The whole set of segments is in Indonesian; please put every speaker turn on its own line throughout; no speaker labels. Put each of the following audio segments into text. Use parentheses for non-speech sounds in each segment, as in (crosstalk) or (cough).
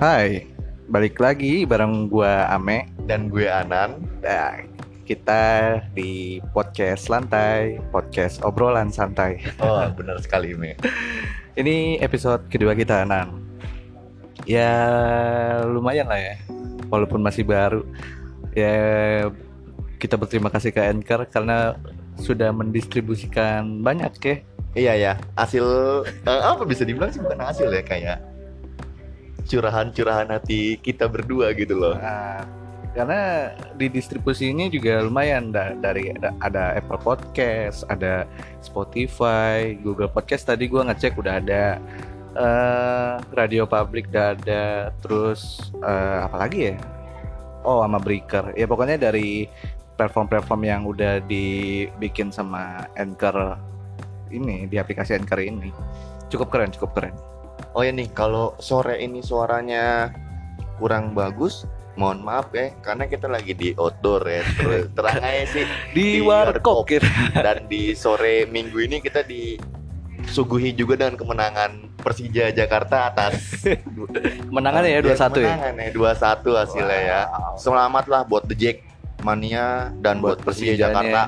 Hai, balik lagi bareng gua Ame
dan gue Anan.
dan kita di podcast lantai, podcast obrolan santai.
(laughs) Oh, benar sekali ini.
Ini episode kedua kita Nan. Ya lumayan lah ya, walaupun masih baru. Ya kita berterima kasih ke Anchor karena sudah mendistribusikan banyak ya
Iya ya, hasil eh, apa bisa dibilang sih bukan hasil ya kayak curahan-curahan hati kita berdua gitu loh.
Nah, karena di distribusi ini juga lumayan da- dari ada, ada Apple Podcast, ada Spotify, Google Podcast tadi gua ngecek udah ada eh Radio Public udah ada, terus eh, apa lagi ya? Oh, sama Breaker. Ya pokoknya dari platform-platform yang udah dibikin sama Anchor ini di aplikasi Anchor ini. Cukup keren, cukup keren.
Oh ya nih, kalau sore ini suaranya kurang bagus, mohon maaf ya karena kita lagi di outdoor ya. (laughs) Terus terang aja sih
Di,
Di
Warkop.
Warkop. dan di sore minggu ini kita disuguhi juga dengan kemenangan Persija Jakarta atas
(laughs) Menangannya
Iya,
ya 21 ya.
Kemenangan ya 21 hasilnya ya.
Wow.
Selamatlah buat The Jack Mania dan
Buat
buat, Persija
Persijanya.
Jakarta.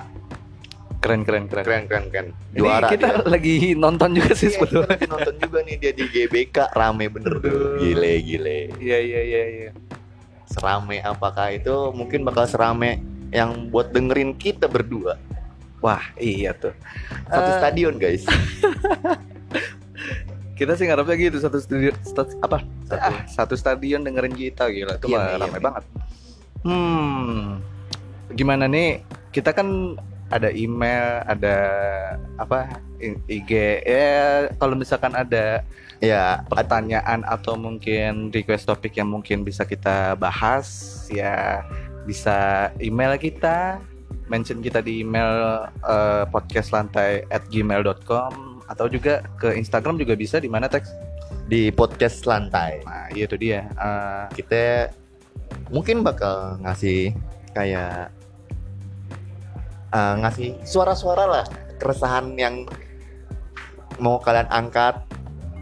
Keren keren keren.
Keren keren keren.
Ini
Juara
kita
dia.
lagi nonton juga sih
Iya,
sebetulnya.
kita lagi nonton juga nih dia di GBK rame bener tuh.
Aduh.
Gile gile.
Iya iya iya iya.
Serame apakah itu mungkin bakal serame yang buat dengerin kita berdua
Wah, iya tuh.
satu
Eh,
stadion
(laughs)
guys.
Kita sih ngarepnya gitu satu studio sta- apa?
Satu.
Ah, satu stadion dengerin kita gila. Itu
Iya
mah
nih, iya
ramai
nih.
banget. Hmm. Gimana nih? Kita kan ada email, ada apa? I- IG. Ya, kalau misalkan ada
Ya,
pertanyaan atau mungkin request topik yang mungkin bisa kita bahas, ya bisa email kita, mention kita di email eh, podcastlantai at gmail.com atau juga ke Instagram juga bisa di mana teks.
di podcast lantai
Nah, iya itu dia. Eh,
kita mungkin bakal ngasih kayak eh, ngasih suara-suara lah keresahan yang mau kalian angkat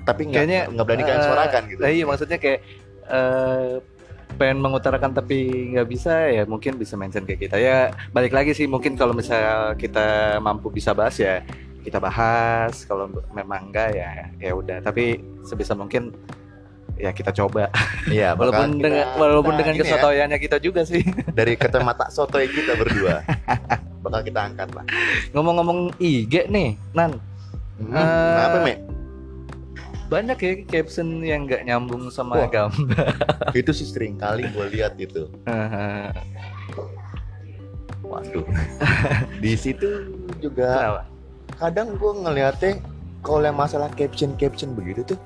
tapi
Kayaknya,
nggak nggak berani kalian
eh,
suarakan gitu.
nah, iya maksudnya kayak eh, pengen mengutarakan tapi nggak bisa ya mungkin bisa mention ke kita ya balik lagi sih mungkin kalau misal kita mampu bisa bahas ya kita bahas kalau memang enggak ya ya udah tapi sebisa mungkin ya kita coba
Iya, bakal
walaupun
kita-
dengan walaupun
kita
dengan
ini ya,
kesotoyannya kita juga sih (laughs)
dari kacamata sotoy kita berdua bakal kita angkat lah.
ngomong-ngomong IG nih Nan
Hmm,
Eh,
kenapa, Me?
banyak ya caption yang nggak nyambung sama
Wah.
agama (laughs)
Itu sih sering kali gue lihat gitu. itu. Nah,
(laughs)
Waduh. Di situ juga
Kenapa?
kadang gue ngeliatnya kalau yang masalah caption caption begitu tuh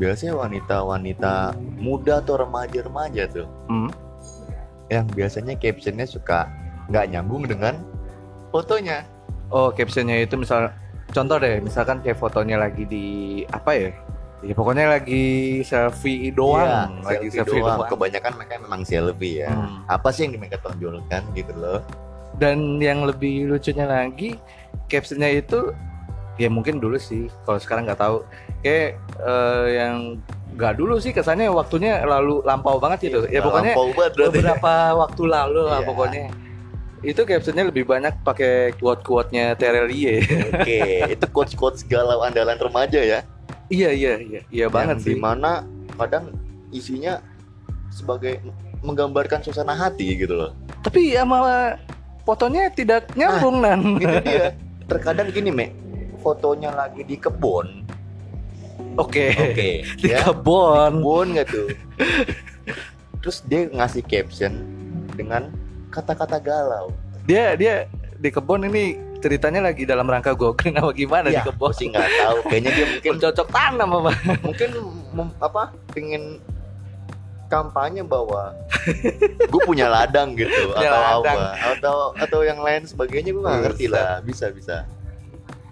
biasanya wanita-wanita muda atau remaja-remaja tuh
Hmm.
yang biasanya captionnya suka nggak nyambung dengan fotonya
Oh, captionnya itu misal contoh deh, misalkan kayak fotonya lagi di apa ya? Ya pokoknya lagi selfie doang,
Iya,
lagi
selfie doang. kebanyakan mereka memang selfie ya
Hmm.
apa sih yang mereka tonjolkan gitu loh
Dan yang lebih lucunya lagi, captionnya itu ya mungkin dulu sih, kalau sekarang nggak tahu. Kayak eh, yang nggak dulu sih kesannya waktunya lalu lampau banget gitu. Ya (laughs) pokoknya
Iya, Lampau banget berarti. (laughs)
beberapa waktu lalu lah
Iya.
pokoknya. Itu captionnya lebih banyak pakai quote-quote-nya ya. Terelie.
oke itu quotes quotes galau andalan remaja ya
(laughs) iya, iya, iya. Iya banget
yang
sih.
dimana kadang isinya sebagai menggambarkan suasana hati gitu loh
tapi sama fotonya tidak nyambung nan
gitu dia terkadang gini me fotonya lagi di kebun
oke
oke
(laughs) di
ya
kebon
kebun nggak tuh terus dia ngasih caption dengan kata-kata galau
dia dia di kebon ini ceritanya lagi dalam rangka go green apa gimana
ya
di
gua
kebon
sih nggak tahu kayaknya dia
(laughs)
mungkin
cocok tanam apa
mungkin mem- apa pengen kampanye
(laughs)
bahwa gue punya ladang gitu
Punya
atau
ladang.
apa atau atau yang lain sebagainya gue nggak ngerti lah bisa bisa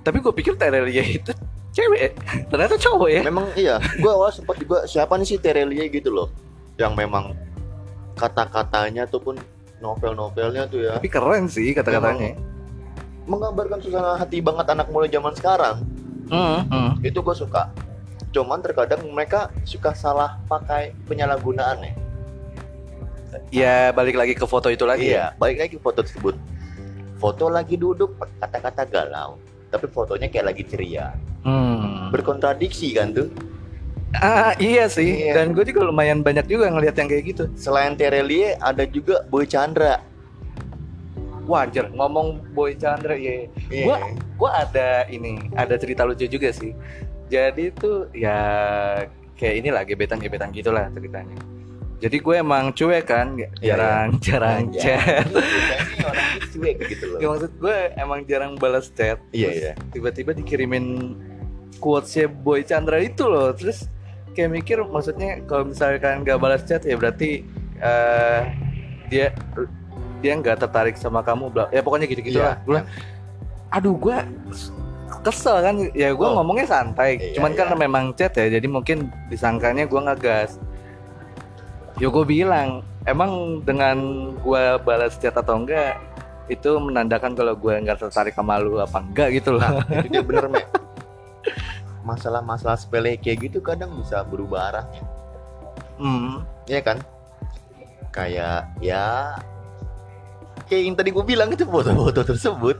tapi gue pikir Terelia itu cewek ternyata cowok ya
Memang iya, gue awal sempat juga siapa nih si Terelia gitu loh, yang memang kata-katanya ataupun novel-novelnya tuh ya
tapi keren sih kata-katanya
menggambarkan suasana hati banget anak muda zaman sekarang.
Hmm, hmm.
Itu gue suka. cuman terkadang mereka suka salah pakai penyalahgunaan ya
Ya balik lagi ke foto itu lagi ya.
iya balik lagi ke foto tersebut foto lagi duduk kata-kata galau tapi fotonya kayak lagi ceria
ya. Hmm.
berkontradiksi kan tuh
Ah iya sih.
Iya.
Dan gue juga lumayan banyak juga ngelihat yang kayak gitu.
selain Terelie ada juga Boy Chandra
Wajar ngomong Boy Chandra ya.
Iya.
Gua- Gue ada ini, ada cerita lucu juga sih. Jadi tuh ya kayak inilah gebetan-gebetan gitulah ceritanya. Jadi gue emang cuek kan,
Iya,
jarang jarang chat.
Ini orang cuek gitu
Ya,
loh
maksud gue emang jarang balas chat.
iya
Terus
iya
Tiba-tiba dikirimin quotesnya Boy Chandra itu loh. Terus kayak mikir maksudnya kalau misalkan gak balas chat ya berarti eh, dia dia nggak tertarik sama kamu bla- ya pokoknya gitu gitu
Iya,
lah Gua bilang, aduh gue kesel kan ya gue
Oh.
ngomongnya santai
Iya,
cuman
iya.
karena memang chat ya jadi mungkin disangkanya gue ngegas yo gue bilang emang dengan gue balas chat atau enggak itu menandakan kalau gue nggak tertarik sama lu apa enggak gitu loh
Nah, itu dia bener Mek. Masalah-masalah sepele kayak gitu kadang bisa berubah arahnya,
(laughs) Hmm.
Iya kan? Kayak ya kayak yang tadi gue bilang itu foto-foto tersebut.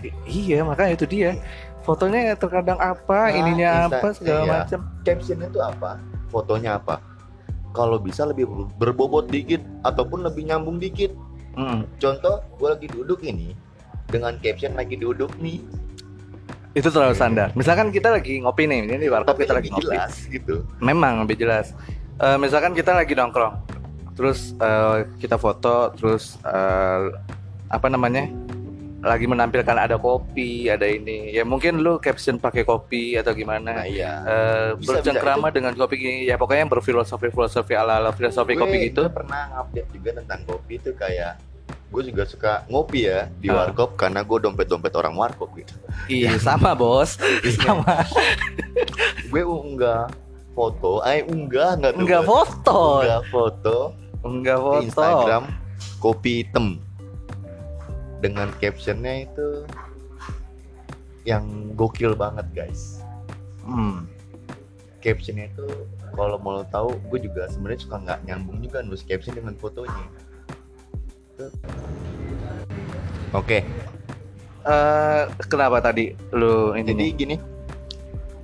I- iya makanya itu dia fotonya terkadang apa
Nah,
ininya
bisa-
apa segala
iya.
macam
Captionnya itu apa? Fotonya apa? Kalau bisa lebih ber- berbobot dikit ataupun lebih nyambung dikit.
Mm.
Contoh, gue lagi duduk ini dengan caption lagi duduk nih,
itu terlalu standar misalkan kita lagi ngopi nih ini di warkop
Iya. tapi
kita lagi
lebih
ngopi
jelas gitu.
memang lebih jelas. Eh, misalkan kita lagi nongkrong, terus eh, kita foto, terus eh, apa namanya? lagi menampilkan ada kopi, ada ini. Ya mungkin lu caption pakai kopi atau
Nah
gimana.
iya.
Eh,
Bisa,
bercengkrama dengan kopi gini. Ya pokoknya yang berfilosofi-filosofi ala-ala filosofi
Gue-
kopi gitu.
gue pernah update juga tentang kopi itu kayak gue juga suka ngopi ya di
Ah.
warkop karena gue dompet dompet orang warkop gitu
Iya, sama, Bos. sama.
gue unggah foto eh unggah nggak tuh
Enggak
gua?
foto.
unggah foto
Enggak
di
foto.
Instagram kopi hitam dengan captionnya itu yang gokil banget guys
Hmm.
captionnya itu kalau mau lo tahu gue juga sebenarnya suka nggak nyambung juga nulis caption dengan fotonya Tuh. oke
Eh, kenapa tadi lu ini
jadi
nih?
gini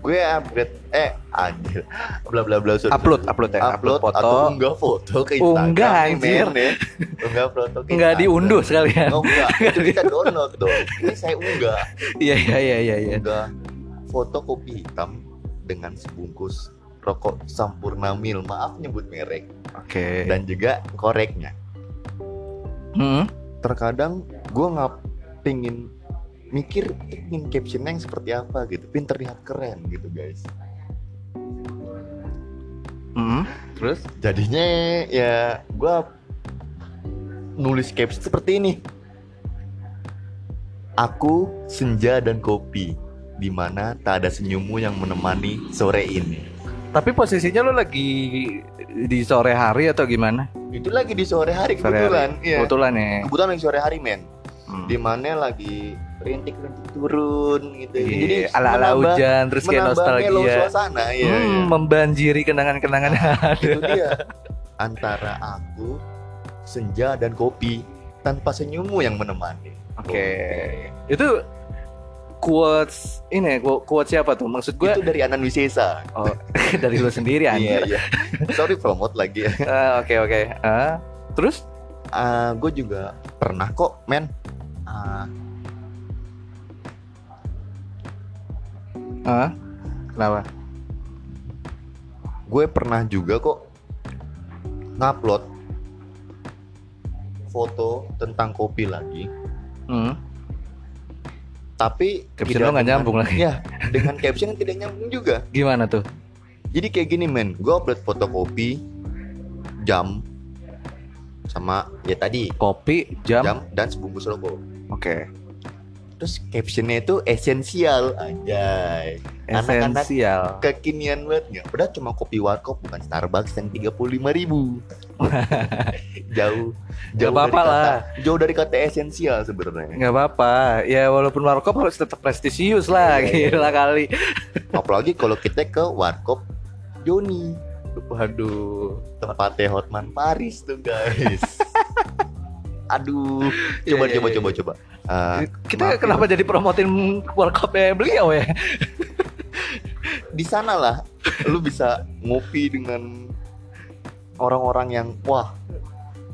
gue upgrade eh anjir bla bla bla sorry,
upload
sorry.
upload ya,
upload,
upload, foto.
atau unggah foto ke Instagram
Unggah, anjir.
men, (laughs) ya. unggah foto ke
nggak
Instagram.
diunduh sekalian
Oh,
(laughs)
enggak itu kita download dong ini saya unggah
iya iya iya iya iya
unggah foto kopi hitam dengan sebungkus rokok Sampurna Mil maaf nyebut merek
oke
dan juga koreknya
Hmm,
terkadang gue nggak pingin mikir ingin captionnya yang seperti apa gitu pin terlihat keren gitu guys
hmm, terus
jadinya ya gua nulis caption seperti ini aku senja dan kopi di mana tak ada senyummu yang menemani sore ini
tapi posisinya lu lagi di sore hari atau gimana
itu lagi di sore hari
Sore hari.
kebetulan iya.
kebetulan ya
kebetulan lagi sore hari men
Hmm.
di mana lagi rintik rintik turun gitu
Iya,
jadi
ala ala
menambah-
hujan terus kayak
menambah melo
nostalgia
suasana iya,
Hmm,
iya.
membanjiri kenangan kenangan (laughs)
itu dia antara aku senja dan kopi tanpa senyummu yang menemani
oke itu quotes ini quote, quote siapa tuh maksud gue
itu dari Anan Wisesa
oh, (laughs) dari lu sendiri anjir
iya sorry promote lagi (laughs) ya
Eh, oke oke Eh, terus
gue Ah, juga pernah kok men Ah,
Ah, kenapa
gue pernah juga kok ngupload foto tentang kopi lagi
hmm.
tapi
Caption
tidak
lo nggak
dengan-
nyambung lagi.
ya dengan caption yang tidak nyambung juga
gimana tuh
Jadi kayak gini men, gue upload foto kopi, jam, sama ya tadi
kopi jam,
jam dan sebungkus rokok.
oke
Oke, terus captionnya itu esensial anjay Anak-anak-
esensial
kekinian banget nggak udah cuma kopi warkop bukan Starbucks yang tiga puluh lima
(laughs)
ribu jauh
nggak
jauh
apa apa
dari kata-
lah
jauh dari kata esensial sebenarnya
nggak apa apa ya walaupun warkop harus tetap prestisius lah
Iya, iya,
gila kali
apalagi kalau kita ke warkop Joni
waduh
tempatnya Hotman Paris tuh
(laughs)
guys aduh
Iya,
coba
iya,
coba
iya,
coba
iya.
coba Eh,
kita
maaf ya.
kenapa jadi promotin warkopnya beliau ya
di sana lah lu bisa ngopi dengan orang-orang yang wah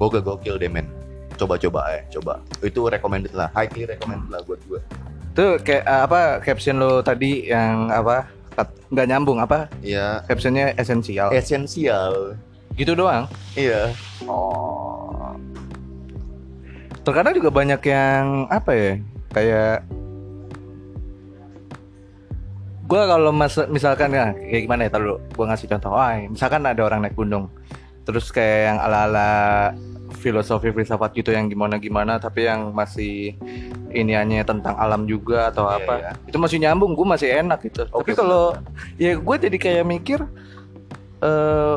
gokil gokil deh men coba coba eh coba itu recommended lah highly recommended lah buat gue
tuh kayak eh, apa caption lo tadi yang apa kat- nggak nyambung apa
ya
captionnya
Eh.
esensial
esensial
gitu doang
iya
oh terkadang juga banyak yang apa ya kayak gua kalau mas- misalkan ya kayak gimana ya taruh gue ngasih contoh ah misalkan ada orang naik gunung terus kayak yang ala ala filosofi filsafat gitu yang gimana gimana tapi yang masih iniannya tentang alam juga atau
Iya,
apa
iya.
itu masih nyambung gue masih enak gitu
Oke,
tapi kalau ya gue jadi kayak mikir eh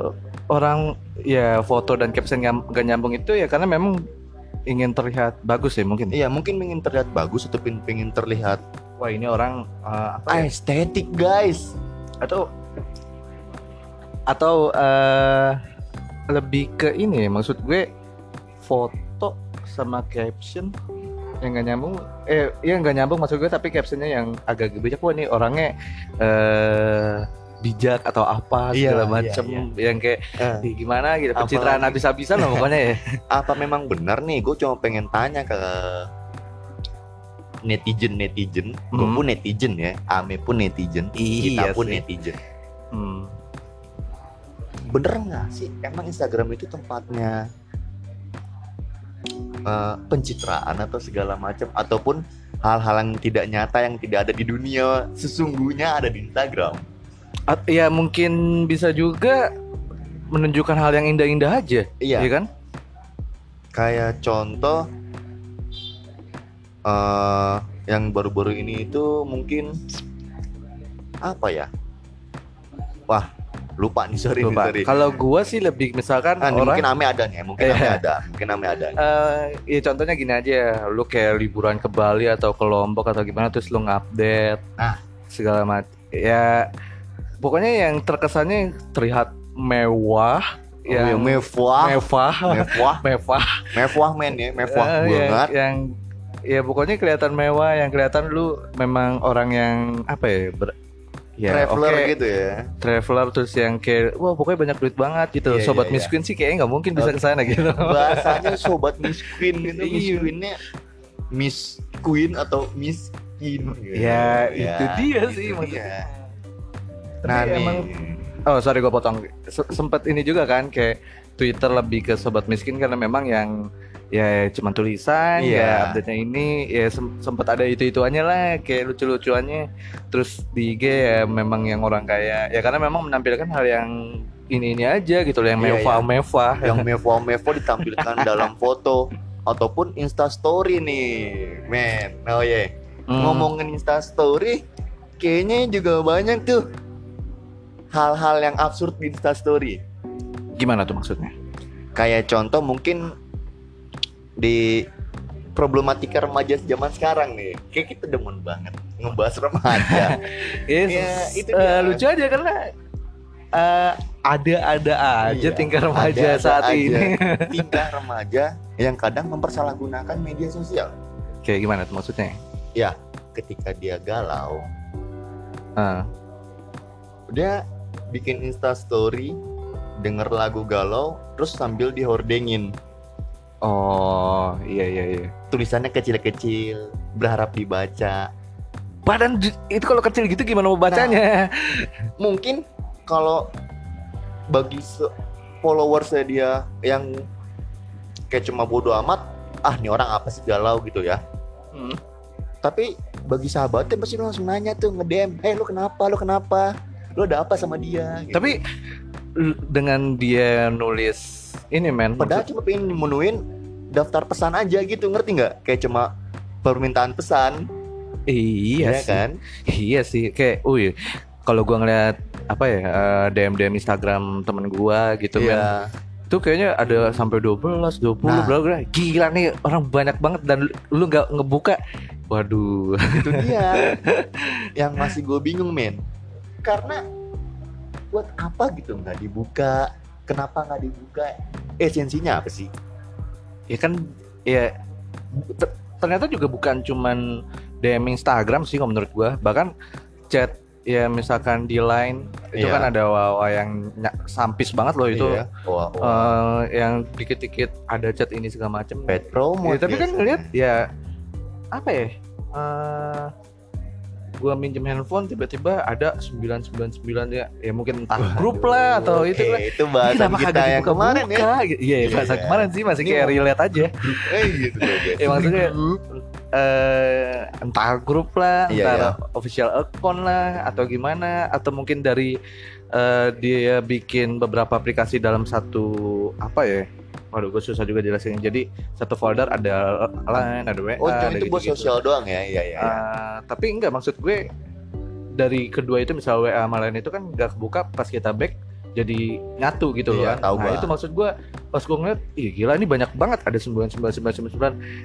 orang ya foto dan caption nyam- gak nyambung itu ya karena memang ingin terlihat bagus ya mungkin
iya mungkin pengen terlihat bagus atau pin- pengen terlihat
wah ini orang eh, apa ya?
estetik guys
atau atau eh, lebih ke ini ya, maksud gue foto sama caption yang nggak nyambung eh ya nggak nyambung maksud gue tapi captionnya yang agak bijak wah nih orangnya eh bijak atau apa
Iya,
segala
iya,
macem yang kayak
Eh,
"Ih, gimana gitu
Apalagi-
pencitraan habis-habisan lah pokoknya
(laughs)
ya
apa memang benar nih gue cuma pengen tanya ke netizen netizen gue
Hmm.
pun netizen ya ame pun netizen
Iya
kita pun
sih.
netizen
hmm.
bener nggak sih emang Instagram itu tempatnya eh, pencitraan atau segala macam ataupun hal-hal yang tidak nyata yang tidak ada di dunia sesungguhnya ada di Instagram
At- ya mungkin bisa juga menunjukkan hal yang indah-indah aja
iya
ya kan
kayak contoh eh yang baru-baru ini itu mungkin apa ya wah lupa nih sorry
Tuh,
nih,
Pak.
sorry
kalau gua sih lebih misalkan
Ah,
orang
nih,
Iya.
mungkin ame ada nih mungkin ame ada mungkin ame ada nih.
Eh, ya contohnya gini aja, lu kayak liburan ke Bali atau ke Lombok atau gimana terus lu ngupdate
Nah.
segala macam. Ya pokoknya yang terkesannya terlihat mewah,
Oh, yang mewah
mewah,
mewah
mewah,
mewah men ya (laughs) mewah
Eh, yang-
banget
yang ya pokoknya kelihatan mewah, yang kelihatan lu memang orang yang apa ya, ber- ya
traveler
oke,
gitu
(laughs)
ya
traveler terus yang kayak wah pokoknya banyak duit banget gitu.
Iya,
Sobat
iya, iya.
miskin sih kayaknya nggak mungkin bisa ke sana gitu.
bahasanya sobat miss queen itu miss
Iya.
queennya miss queen atau miskin gitu.
Ya, itu dia
itu
sih
gitu dia.
maksudnya.
nah
Tapi
nih
emang- Oh sorry gue potong Se- Sempet ini juga kan kayak Twitter lebih ke sobat miskin karena memang yang ya cuma tulisan
Iya.
ya update-nya ini ya sem- sempet ada itu-ituannya lah kayak lucu-lucuannya terus di IG ya memang yang orang kaya ya karena memang menampilkan hal yang ini-ini aja gitu loh yang
Iya,
mewah
iya.
mewah
yang mewah-mewah ditampilkan
(laughs)
dalam foto ataupun Insta Story nih, men. Oh ya,
Hmm.
ngomongin Insta Story, kayaknya juga banyak tuh hal-hal yang absurd di Insta Story.
Hmm. gimana tuh maksudnya
Kayak contoh mungkin di problematika remaja zaman sekarang nih, kayak kita demen banget ngebahas remaja. Ya,
itu
itu dia.
Eh, lucu aja karena eh, ada-ada (laughs) aja
Iya,
tingkah remaja
ada-ada
saat
aja
ini
(laughs) Tingkah remaja yang kadang mempersalahgunakan media sosial. Ya,
kayak gimana tuh maksudnya
Ketika dia galau,
Ah.
dia bikin insta story denger lagu galau terus sambil dihordengin
Oh iya iya iya.
tulisannya kecil-kecil berharap dibaca
Badan ju- itu kalau kecil gitu gimana mau bacanya?
Nah.
(laughs)
mungkin kalau bagi se- followersnya dia yang kayak cuma bodo amat ah nih orang apa sih galau gitu ya
Hmm.
tapi bagi sahabatnya pasti lu langsung nanya tuh ngedem eh lu kenapa lu kenapa lu ada apa sama dia gitu.
Tapi l- dengan dia nulis ini men,
Padahal
maksud-
cuma pengen menuin daftar pesan aja gitu, ngerti nggak? Kayak cuma permintaan pesan.
Iya
Iya
sih.
kan?
Iya sih, kayak, wih, kalau gua ngeliat apa ya DM DM Instagram temen gua gitu
Iya.
kan, itu kayaknya ada sampai 12, 20
Nah.
bla bla. Gila nih orang banyak banget dan lu- lu nggak ngebuka. Waduh. (laughs)
itu dia yang masih gue bingung men karena buat apa gitu nggak dibuka kenapa nggak dibuka esensinya apa sih
Ya kan ya ter- ternyata juga bukan cuman DM Instagram sih kalau menurut gua, bahkan chat ya misalkan di line itu
Iya.
kan ada wawa yang ny- sampis banget loh Oh, itu.
Iya. wah, wah.
Eh, yang dikit-dikit ada chat ini segala macem
paid promo
Ya, tapi kan
biasanya.
ngeliat ya apa ya? eh gua minjem handphone tiba-tiba ada 999 ya. Ya mungkin entah grup lah atau
Ah, Aduh,
itu
eh,
lah.
itu bahasan
Kenapa
kita
kagak
yang kemarin ya
dibuka-buka? Iya, ya, bahasa
Iya.
kemarin sih masih
Ini
kayak
mau-
relate aja.
eh gitu loh, guys.
Ya, maksudnya eh entah grup lah,
Iya,
entah official account lah atau gimana atau mungkin dari eh, dia bikin beberapa aplikasi dalam satu apa ya? Waduh, gue susah juga jelasin. Jadi satu folder ada line, ada WA,
oh cuma
ada
itu buat
eh, gitu-gitu.
sosial doang ya iya iya iya.
Ah, tapi enggak maksud gue dari kedua itu misal WA sama lain itu kan nggak kebuka pas kita back jadi nyatu gitu loh kan.
Iya, tahu
nah
gua.
itu maksud gue pas gue ngeliat ih gila ini banyak banget ada 9999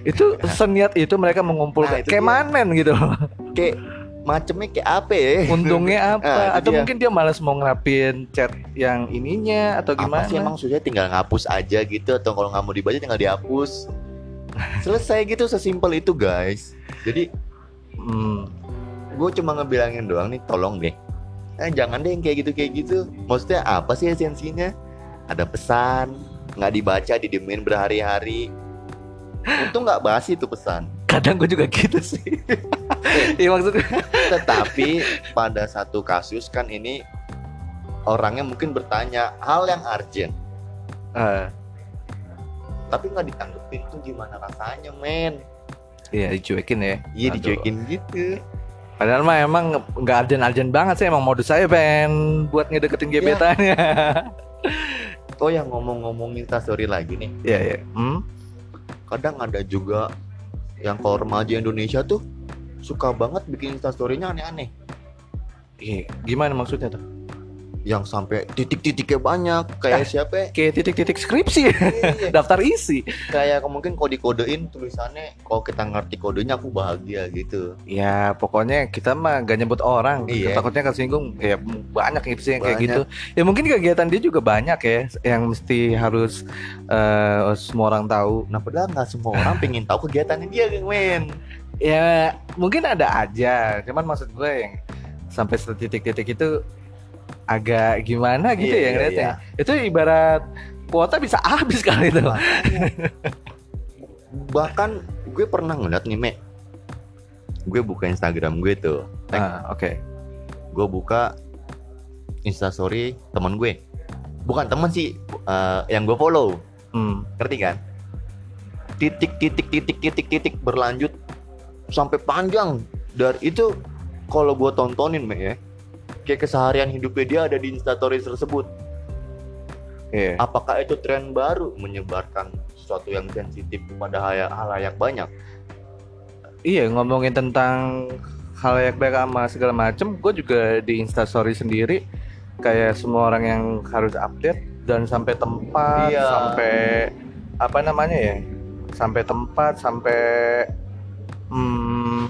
itu seniat itu mereka
Iya. Nah,
mengumpulkan
itu
kayak
dia.
manen gitu
(laughs)
loh
kayak macemnya kayak apa ya
untungnya apa
Ah, itu
atau
dia.
mungkin dia malas mau ngerapin chat yang ininya atau
apa
gimana
sih emang susah tinggal ngapus aja gitu atau kalau nggak mau dibaca tinggal dihapus selesai gitu sesimpel itu guys jadi
Hmm,
gue cuma ngebilangin doang nih tolong deh eh, jangan deh yang kayak gitu kayak gitu maksudnya apa sih esensinya ada pesan nggak dibaca didiemin berhari-hari untung nggak bahas itu pesan
kadang gue juga (laughs) gitu sih Iya maksud gue
tetapi pada satu kasus kan ini orangnya mungkin bertanya hal yang urgent
Ah,
tapi nggak ditanggepin tuh gimana rasanya men
iya dicuekin ya
iya
Aduh.
dicuekin gitu
Padahal mah emang nggak arjen-arjen banget sih emang modus saya pengen buat
Iya.
ngedeketin gebetannya.
oh yang ngomong-ngomongin story lagi nih
Iya iya. Hmm?
kadang ada juga yang kalau remaja Indonesia tuh suka banget bikin instastorynya aneh-aneh
Iya. Gimana maksudnya tuh?
yang sampai titik-titiknya banyak
(laughs)
kayak siapa ya?
Kayak titik-titik skripsi, (laughs)
Iya, iya.
daftar isi.
kayak mungkin kode-kodein tulisannya kalau kita ngerti kodenya aku bahagia gitu
Ya pokoknya kita mah gak nyebut orang.
Iya.
Takutnya kesinggung. Ya banyak gitu sih yang kayak
Banyak.
gitu. Ya mungkin kegiatan dia juga banyak ya yang mesti harus eh, semua orang tahu.
nah padahal nggak semua orang
(laughs)
pengen tahu kegiatannya dia men
Ya mungkin ada aja. Cuman maksud gue yang sampai titik-titik itu agak gimana
Iya,
gitu ya ngeliatnya. itu ibarat kuota bisa habis kali itu.
bahkan gue pernah ngeliat nih Mek gue buka Instagram gue tuh
Ah, oke.
gue buka instastory temen gue bukan temen sih eh, yang gue follow
Hmm.
ngerti kan titik titik titik titik titik berlanjut sampai panjang dari itu kalau gue tontonin Mek, ya kayak keseharian hidupnya dia ada di instastories tersebut
Iya.
apakah itu tren baru menyebarkan sesuatu yang sensitif kepada haya- halayak banyak
Iya, ngomongin tentang hal yang baik sama segala macem, gue juga di Instastory sendiri kayak semua orang yang harus update dan sampai tempat,
Iya.
sampai apa namanya ya, sampai tempat, sampai hmm,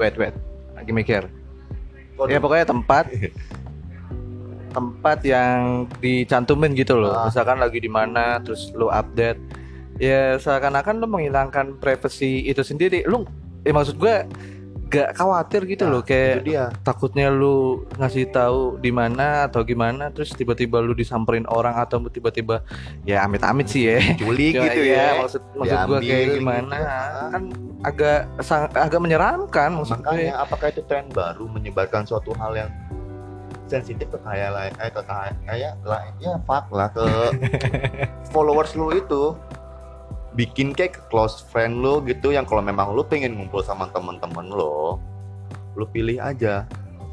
wait wait, lagi mikir. Ya pokoknya
(laughs)
tempat tempat yang dicantumin gitu loh.
Ah.
Misalkan lagi di mana terus lu update. Ya seakan-akan lu menghilangkan privacy itu sendiri. Lu ya maksud gua gak khawatir gitu
Nah,
loh kayak
itu dia
takutnya lu ngasih tahu di mana atau gimana terus tiba-tiba lu disamperin orang atau tiba-tiba ya amit-amit sih
(laughs)
ya.
culik
Cuma
gitu
iya,
ya
maksud maksud gua
Diambil
kayak
gitu.
gimana
Ah.
kan agak sang- agak menyeramkan maksud ya. gue.
makanya apakah itu tren baru menyebarkan suatu hal yang sensitif ke kayak eh ke kayak lah ya fuck
(laughs)
lah ke followers lu itu bikin kayak ke close friend lu gitu yang kalau memang lu pengen ngumpul sama temen-temen lo lu pilih aja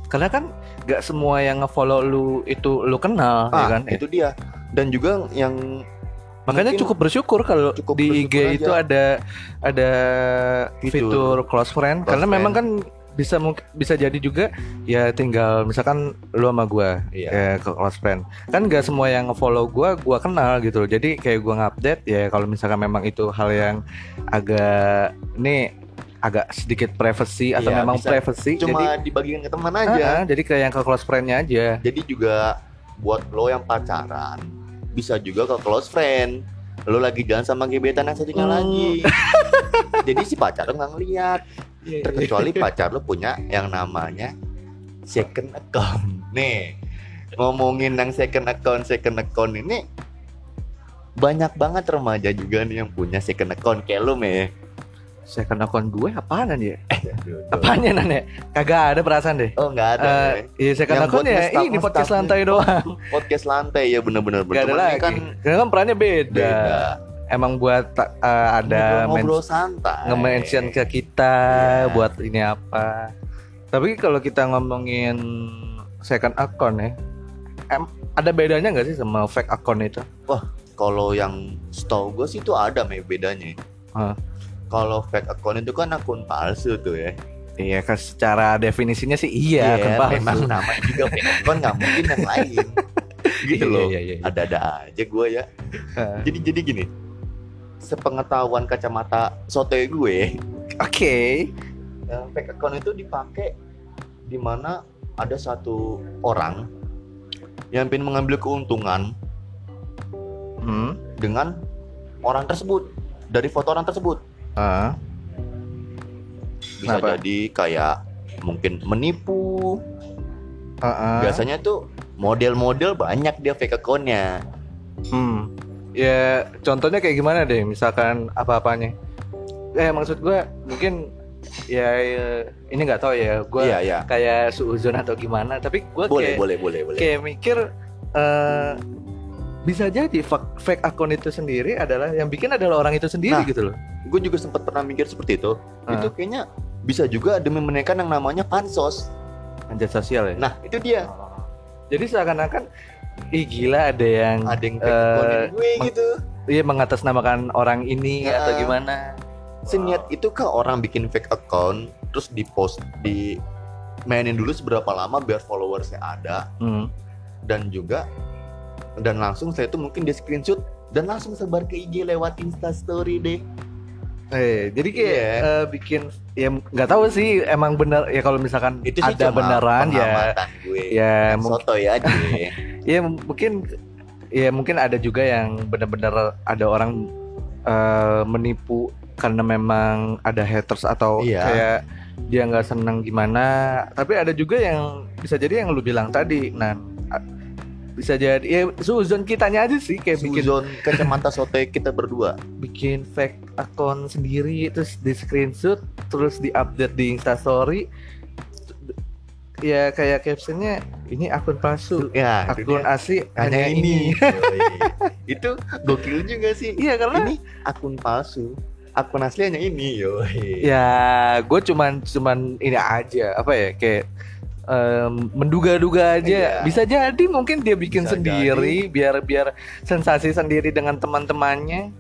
karena kan gak semua yang ngefollow lu itu lu kenal ya
ah
kan
itu dia dan juga yang
Makanya
Mungkin-
cukup bersyukur kalau
Cukup
di IG
bersyukur
itu
aja.
ada ada fitur,
Fitur.
close friend
Close
karena
friend.
memang kan bisa mung- bisa jadi juga ya tinggal misalkan lu sama gua
Iya.
ya ke close friend. Kan gak semua yang follow gua gua kenal gitu loh. Jadi kayak gua ngupdate ya kalau misalkan memang itu hal yang agak nih agak sedikit privacy atau
Iya,
memang
bisa.
privacy
Cuma dibagikan ke teman
jadi
aja.
Ah, ah, jadi kayak yang ke close friend-nya aja.
Jadi juga buat lo yang pacaran bisa juga ke close friend. Lo lagi jalan sama gebetan yang satunya
Hmm.
lagi.
(laughs)
Jadi si pacar lo nggak ngeliat. iya, Terkecuali pacar lo punya yang namanya second account. Nih ngomongin yang second account, second account ini banyak banget remaja juga nih yang punya second account kayak lo meh.
Saya kena akun gue apaan ya? Apaan ya Nan, ya? Kagak ada perasaan deh.
Oh nggak ada.
Eh,
Meh.
Iya saya kena
Yang
akun
buat
ya
nge-stalk-
ini podcast
nge-stalk
lantai doang.
Podcast lantai ya bener-bener.
Gak ada
Cuman ini
lagi.
kan
Karena kan perannya beda.
beda.
Emang buat ta- eh, ada
ngobrol,
men-
ngobrol santai.
nge-mention ke kita
Iya.
buat ini apa. Tapi kalau kita ngomongin second account ya, em- ada bedanya nggak sih sama fake account itu?
Kalau yang setahu gue sih itu ada me bedanya.
Hah.
Kalau fake account itu kan akun palsu tuh ya.
Iya, kan secara definisinya sih iya, kan palsu.
memang namanya juga fake account nggak mungkin yang
(laughs)
lain.
Iya,
gitu loh.
Iya, iya, iya.
Ada-ada aja gue ya.
Hah.
Jadi jadi gini. Sepengetahuan kacamata sote gue,
Oke.
yang fake account itu dipakai di mana ada satu orang yang ingin mengambil keuntungan
Hmm.
dengan orang tersebut dari foto orang tersebut.
Ah.
bisa
Kenapa?
jadi kayak mungkin menipu
Ah, ah.
biasanya tuh model-model banyak dia fake accountnya
Hmm. Ya contohnya kayak gimana deh misalkan apa-apanya. Eh maksud gue mungkin ya eh, ini nggak tahu ya gue
iya iya
kayak suuzon atau gimana tapi gue kayak,
boleh boleh boleh boleh
kayak mikir eh bisa jadi fa- fake akun itu sendiri adalah yang bikin adalah orang itu sendiri
Nah.
gitu loh.
gue juga sempat pernah mikir seperti itu
Ah.
itu kayaknya bisa juga demi menekan yang namanya pansos
Anjat sosial ya.
nah itu dia
Jadi seakan-akan ih gila ada yang
ada yang
Eh,
fake account gue
mak-
gitu
iya mengatasnamakan orang ini
Ya.
atau gimana.
seniat
Ah.
itu kah orang bikin fake account terus di post di mainin dulu seberapa lama biar followersnya ada
Hmm.
dan juga dan langsung saya itu mungkin di screenshot dan langsung sebar ke IG lewat instastory deh
Eh, jadi kayak
Iya.
eh, bikin ya nggak tahu sih emang benar ya kalau misalkan
itu sih
ada
cuma
beneran ya
pengamatan gue
ya
Dan
mung-
sotoy (laughs) aja
ya mungkin ya mungkin ada juga yang benar-benar ada orang eh, menipu karena memang ada haters atau
Iya.
kayak dia nggak seneng gimana tapi ada juga yang bisa jadi yang lu bilang tadi nah a- bisa jadi ya suzon kitanya aja sih kayak bikin
Suzon kacamata sotoy kita berdua
bikin fake akun sendiri terus di screenshot terus di update di instastory ya kayak captionnya ini akun palsu
ya
akun asli
hanya
hanya
(laughs) ini,
ini
itu gokil juga sih
iya karena
ini akun palsu akun asli hanya ini yoi
ya gue cuman cuman ini aja apa ya kayak em, menduga-duga aja
Iya.
bisa jadi mungkin dia bikin
Bisa
sendiri biar biar sensasi sendiri dengan teman-temannya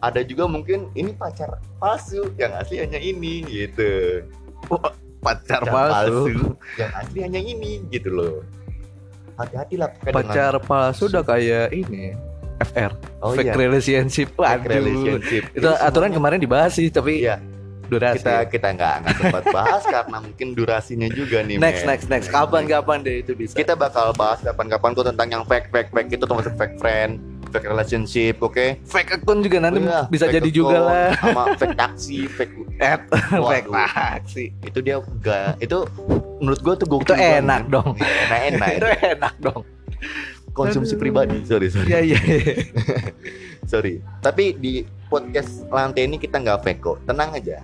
ada juga mungkin ini pacar palsu yang asli hanya ini gitu
Oh, pacar
Pacar
palsu
yang asli hanya ini gitu loh hati-hatilah pakai dengan-
pacar palsu udah kayak ini FR
oh
fake
iya
relationship
fake
waduh
relationship
itu aturan
semuanya-
kemarin dibahas sih tapi
Iya.
durasi
kita kita nggak nggak sempat bahas karena mungkin durasinya juga nih
next
men. Iya.
next next kapan kapan deh itu bisa
kita bakal bahas kapan-kapan kok tentang yang fake fake fake itu termasuk fake friend fake relationship oke
fake account juga nanti
Iya,
bisa
fake
jadi juga
account,
lah
sama fake taksi fake
at
Waduh.
(laughs) fake taksi
itu dia enggak itu menurut gua tuh gokil
itu
banget.
enak dong
Iya, enak enak
itu (laughs) enak dong
konsumsi
Aduh.
pribadi sorry sorry
iya iya
sorry tapi di podcast lantai ini kita nggak fake kok tenang aja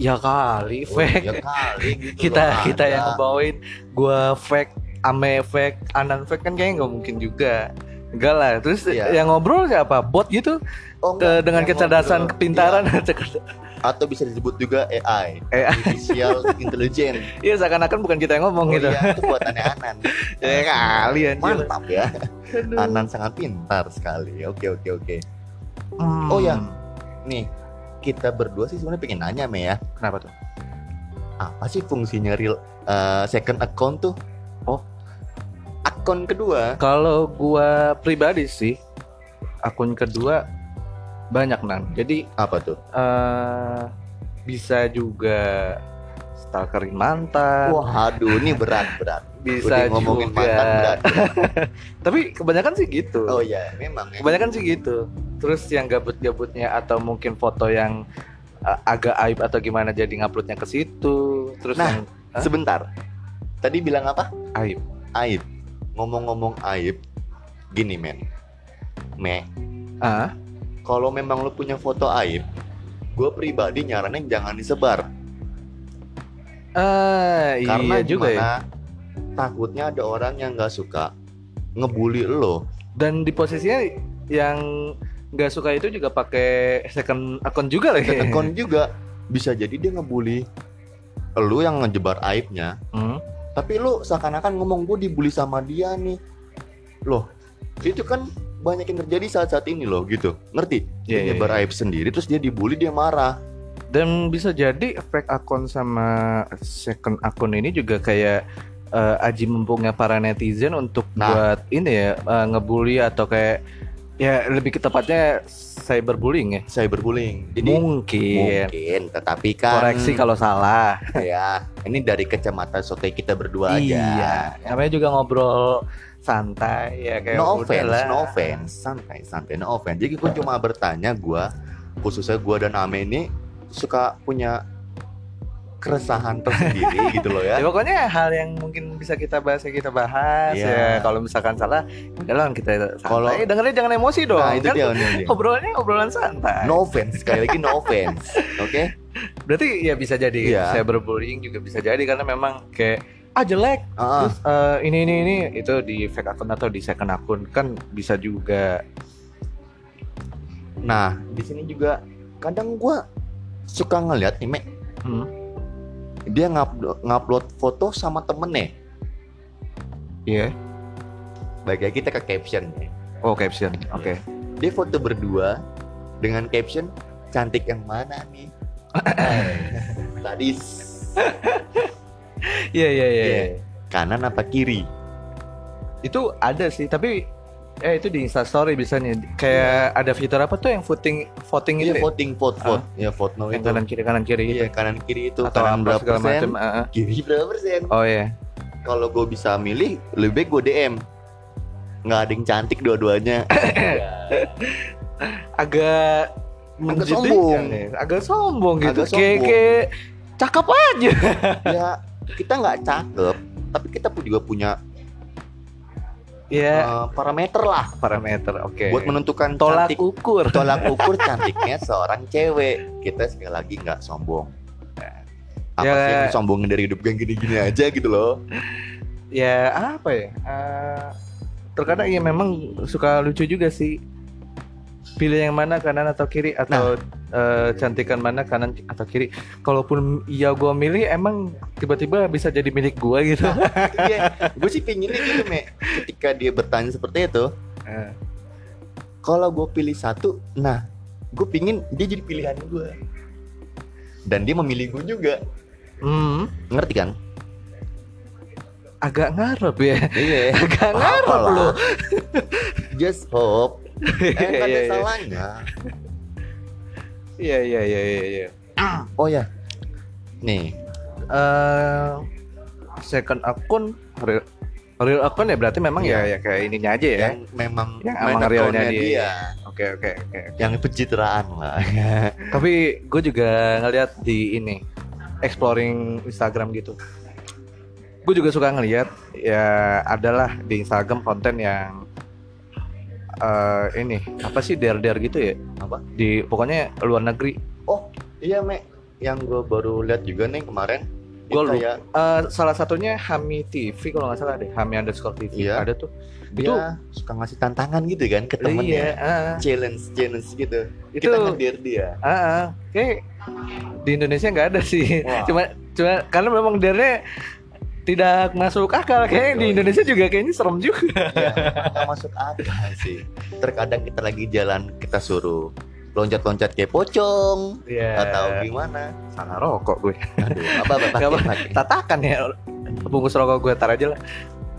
ya kali fake
ya kali gitu
kita
loh,
kita
ada.
yang ngebawain gua fake ame fake anan fake kan kayaknya nggak mungkin juga enggak lah terus
Iya.
yang ngobrol siapa bot gitu
Oh,
ke,
enggak,
dengan
yang
kecerdasan
ngobrol.
kepintaran
Iya, atau bisa disebut juga AI
AI.
artificial
(laughs)
intelligence
(laughs) iya seakan-akan bukan kita yang ngomong
Oh
gitu
iya, itu buatannya Anan.
(laughs) Ya kali, anjir.
Mantap ya.
Aduh.
Anan sangat pintar sekali. Oke, oke, oke.
Hmm.
Oh, ya. Nih, kita berdua sih sebenarnya pengen nanya me ya.
Kenapa tuh?
Apa sih fungsinya real eh, second account tuh? Oh, akun kedua.
Kalau gua pribadi sih akun kedua banyak nan. Jadi
Apa tuh?
eh bisa juga stalkerin mantan,
Wah, aduh, ini berat berat.
(laughs) bisa
Udah ngomongin
juga.
mantan berat.
Tapi kebanyakan sih gitu.
Oh ya, memang. Ya.
Kebanyakan sih gitu. Terus yang gabut-gabutnya atau mungkin foto yang eh, agak aib atau gimana jadi nguploadnya ke situ. Terus
Nah.
yang Hah?
Sebentar. Tadi bilang apa?
aib.
Aib. Ngomong-ngomong aib, gini men. Me,
Ah,
kalau memang lu punya foto aib, gue pribadi nyaranin jangan disebar.
eh,
karena
iya juga ya.
gimana, Takutnya ada orang yang nggak suka ngebully lo.
Dan di posisinya yang nggak suka itu juga pakai second account juga lah ya.
Tetekon juga bisa jadi dia ngebully lu yang ngejebar aibnya.
Hmm.
Tapi lu seakan-akan ngomong gue dibully sama dia nih. Loh, itu kan banyak yang terjadi saat-saat ini loh gitu. Ngerti?
Iya,
Dia
iya,
nyebar aib sendiri terus dia dibully dia marah.
Dan bisa jadi fake account sama second account ini juga kayak eh, aji mumpungnya para netizen untuk
Nah.
buat ini ya eh, ngebully atau kayak ya lebih ke tepatnya cyberbullying ya.
Cyberbullying. Jadi
mungkin.
mungkin tetapi kan
Koreksi kalau salah.
(laughs) ya ini dari kacamata sote kita berdua
Iya.
aja.
Namanya juga ngobrol santai ya kayak
no
udah
offense,
lah.
no offense, santai, santai, no offense. Jadi gue cuma bertanya gue, khususnya gue dan Ame ini suka punya keresahan tersendiri
(laughs)
gitu loh
Ya,
ya.
pokoknya hal yang mungkin bisa kita bahas ya kita bahas
Iya.
ya. Kalau misalkan salah, udah lah kita santai. Ya,
Kalau-
dengerin jangan emosi dong.
Nah itu
Kan
dia, itu dia.
obrolannya obrolan santai.
No offense, sekali lagi no offense, oke?
Berarti ya bisa jadi
Iya.
cyberbullying juga bisa jadi karena memang kayak ah jelek
Ah,
terus eh, ini ini ini itu di fake akun atau di second akun kan bisa juga.
nah di sini juga kadang gue suka ngeliat nih, Mek,
Hmm.
dia ngupload, ngupload foto sama temennya.
Iya.
Baik lagi kita ke captionnya.
Oh caption. Oke.
Dia foto berdua dengan caption cantik yang mana
(coughs)
nih? Tadi
Iya iya iya.
Iya. kanan apa kiri
Itu ada sih tapi eh itu di Instastory biasanya kayak ada fitur apa tuh yang voting voting
Iya
itu ya?
voting vote vote ya vote no
yang
itu
kanan kiri kanan kiri gitu.
iya kanan kiri itu
atau apa
kanan berapa
segala
persen
macam. ah, ah.
kiri berapa persen
Oh ya.
kalau gue bisa milih lebih baik gue DM nggak ada yang cantik
(coughs)
dua-duanya
Agak menjadi-
sombong.
agak sombong gitu.
Agak
Kayak,
sombong.
kayak cakep aja.
ya kita nggak cakep tapi kita pun juga punya
Ya,
eh, parameter lah
parameter. Oke.
buat menentukan
tolak
cantik
ukur.
tolak ukur cantiknya seorang cewek kita sekali lagi nggak sombong apa
Ya.
sih yang sombongin dari hidup gang gini-gini aja gitu loh
Ya, apa ya? Eh, terkadang ya memang suka lucu juga sih. Pilih yang mana kanan atau kiri atau eh, cantikan mana kanan atau kiri. Kalaupun iya gua milih emang tiba-tiba bisa jadi milik gua gitu.
gue sih pinginnya gitu me ketika dia bertanya seperti itu
Eh,
kalau gue pilih satu, nah gue pingin dia jadi pilihan gue. Dan dia memilih gue juga,
hmm,
ngerti kan?
agak ngarep ya. (laughs)
Iya.
Agak ngarep
Apalah.
lu.
Just hope. Eh,
Iya,
nggak
iya,
ada
iya.
salahnya.
Iya iya iya iya. iya.
Oh ya. Nih,
Eh, second akun real, real akun ya berarti memang ya ya kayak ininya aja ya.
yang memang
Yang
main
emang realnya
account-nya
dia.
dia.
Oke oke oke.
yang pencitraan lah.
Tapi gue juga ngeliat di ini exploring Instagram gitu. Gue juga suka ngeliat ya adalah di Instagram konten yang eh ini apa sih der-der gitu ya?
Apa?
Di pokoknya luar negeri.
(laughs) iya, Mek. Yang gue baru lihat juga nih kemarin. Dia
Gua lupa.
kayak
Eh salah satunya Hami TV kalau nggak salah deh. Hami underscore TV
Iya.
ada tuh.
dia suka ngasih tantangan gitu kan ke
Iya.
temennya.
ah.
Challenge, challenge gitu.
itu
Kita ngedir dia.
Ah, ah. kayak di Indonesia nggak ada sih. (laughs)
Wah.
Cuma, cuma karena memang dernya tidak masuk akal kayaknya di
Yoi.
Indonesia juga kayaknya serem juga
Ya, emang nggak masuk akal sih. Terkadang kita lagi jalan kita suruh loncat-loncat kayak pocong
ya
atau gimana.
salah rokok gue
Aduh, apa apa
Nggak
sakit, sakit.
tatakan ya bungkus rokok gue tar aja lah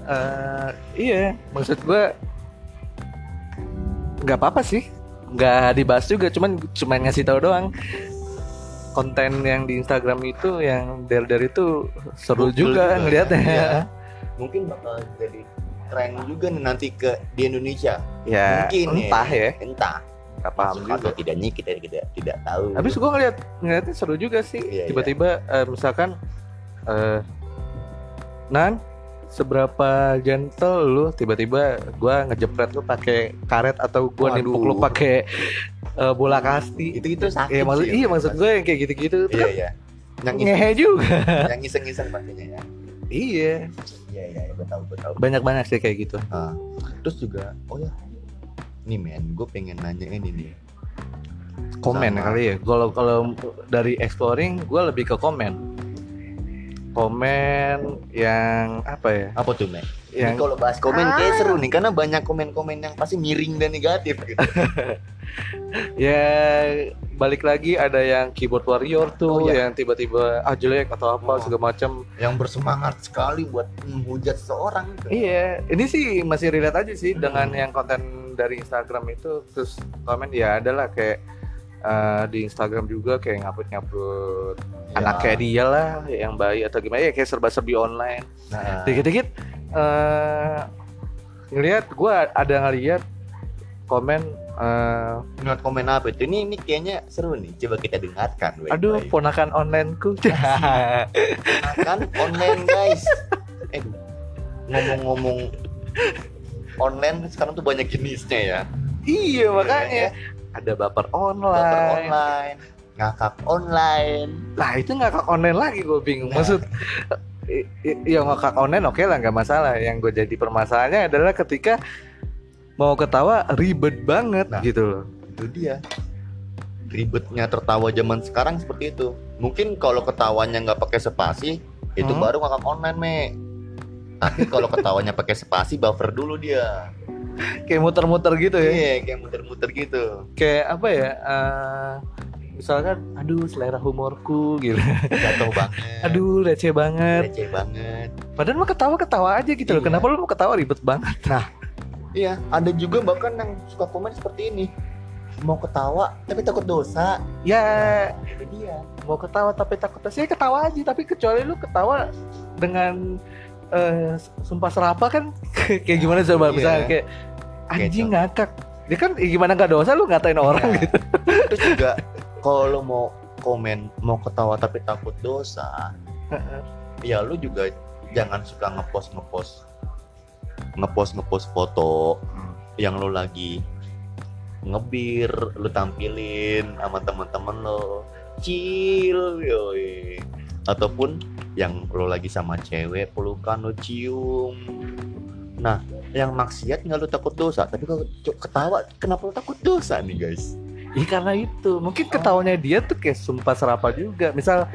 Eh, iya maksud gue nggak apa-apa sih nggak dibahas juga cuman cuman ngasih tahu doang konten yang di Instagram itu yang dari dari itu seru
Betul
juga ngelihatnya
Iya. Mungkin bakal jadi tren juga nih nanti ke di Indonesia.
ya
Mungkin ya.
entah ya
Entah
nggak paham
masuk
juga
atau tidaknya kita tidak tidak tahu.
habis gue ngeliat ngeliatnya seru juga sih
Iya,
tiba-tiba eh, misalkan eh, nan seberapa gentle lu tiba-tiba gua ngejepret lu pakai karet atau gua
Waduh.
nimpuk lu pakai eh, bola kasti
itu itu sakit.
ya maksud
sih,
iya maksud gue yang kayak gitu-gitu itu
Iya
kan
iya. Yang iseng,
ngehe juga
yang iseng-iseng pastinya ya.
iya
Iya iya, iya, gue tahu gue tahu.
banyak-banyak sih kayak gitu
Ah, terus juga, oh ya, nih men, gue pengen nanya ini nih.
komen
Sama.
kali ya kalau kalau dari exploring gua lebih ke komen komen yang apa ya
Apa tuh men? Ah. Ini
yang
kalau bahas komen kayak seru nih, karena banyak komen-komen yang pasti miring dan negatif. Gitu.
Ya balik lagi ada yang keyboard warrior tuh
Oh, iya.
yang tiba-tiba ah jelek atau apa
Oh.
segala macam.
(laughs) yang bersemangat sekali buat menghujat seorang. Gitu.
Iya, ini sih masih relate aja sih
Hmm.
dengan yang konten dari Instagram itu terus komen ya adalah kayak eh, di Instagram juga kayak ngaput-ngaput
Iya.
anak
Ya.
kayak dia lah yang bayi atau gimana ya kayak serba-serbi online.
Nah,
Dikit-dikit eh ngelihat gua ada ngelihat komen eh,
menurut komen apa itu? Ini ini kayaknya seru nih. Coba kita dengarkan. baik-baik.
aduh ponakan onlineku. (laughs)
Makan Kan online guys. Eh, ngomong-ngomong online sekarang tuh banyak jenisnya ya.
iya makanya.
Ya,
ada baper online.
Baper online, ngakak online.
Lah itu ngakak online lagi gue bingung.
Nah.
Maksud i- i- ya ngakak online oke lah nggak masalah. Yang gue jadi permasalahannya adalah ketika mau ketawa ribet banget
Nah.
gitu loh.
Itu dia. Ribetnya tertawa zaman sekarang seperti itu. Mungkin kalau ketawanya nggak pakai spasi, itu
Hmm.
baru ngakak online, Me. Tapi kalau ketawanya pakai spasi, buffer dulu dia.
Kayak muter-muter gitu ya.
Iya, kayak muter-muter gitu.
Kayak apa ya? eh, misalkan aduh selera humorku gitu.
Iya. Jatuh banget.
Aduh receh banget.
Receh banget.
Padahal mah ketawa-ketawa aja gitu loh.
Iya.
Kenapa lu mau ketawa ribet banget?
Iya, ada juga bahkan yang suka komen seperti ini. Mau ketawa, tapi takut dosa.
Ya
Nah, itu dia.
mau ketawa tapi takut sih ketawa aja tapi kecuali lu ketawa dengan eh, sumpah serapa kan (laughs) kayak gimana coba
Iya.
misalnya kayak anjing
Kecoh.
ngakak dia kan eh, gimana nggak dosa lu ngatain orang gitu.
Iya. Terus juga kalau lo mau komen mau ketawa tapi takut dosa, ya lu juga jangan suka ngepost ngepost ngepost ngepost foto yang lu lagi ngebir, lu tampilin sama teman-teman lo, chill, yoi. ataupun yang lo lagi sama cewek pelukan lo cium. Nah, yang maksiat nggak lu takut dosa, tapi kalau ketawa kenapa lu takut dosa nih guys?
Iya karena itu mungkin
Oh.
ketawanya dia tuh kayak sumpah serapa juga misal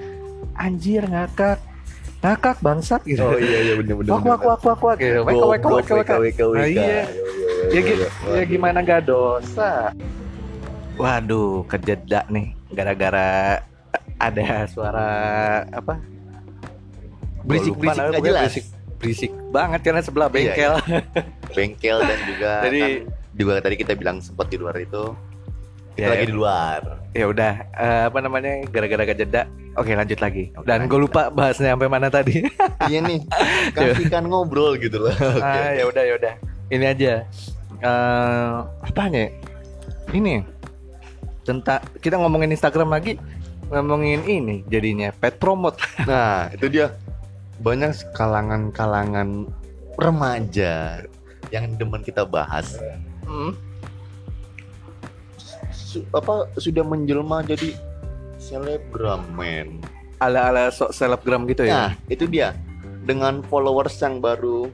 anjir ngakak ngakak bangsat gitu
Oh iya iya bener bener.
wak wak wak wak wak gitu wak wak wak wak wak Nah, iya. ya,
iya.
gi- ya gimana nggak dosa waduh kejeda nih gara-gara ada suara apa berisik berisik
Gua lupa namanya,
pokoknya
jelas.
berisik berisik banget karena sebelah
Iya,
bengkel
Bengkel dan juga
(laughs) jadi
kan, juga tadi kita bilang sempat di luar itu
ya,
lagi di luar.
ya udah eh, apa namanya gara-gara kejeda oke lanjut lagi
Oke,
dan gue lupa bahasnya sampai mana (laughs) tadi
iya nih. Kasihkan ngobrol gitu
(laughs)
loh. Oke.
ah ya udah ya udah ini aja Eh, apanya ya? ini tentang kita ngomongin Instagram lagi ngomongin ini jadinya pet promote
Nah, itu dia. Banyak kalangan-kalangan remaja yang demen kita bahas su- apa sudah menjelma jadi selebgram men.
ala ala sok selebgram gitu ya
Nah, itu dia. Dengan followers yang baru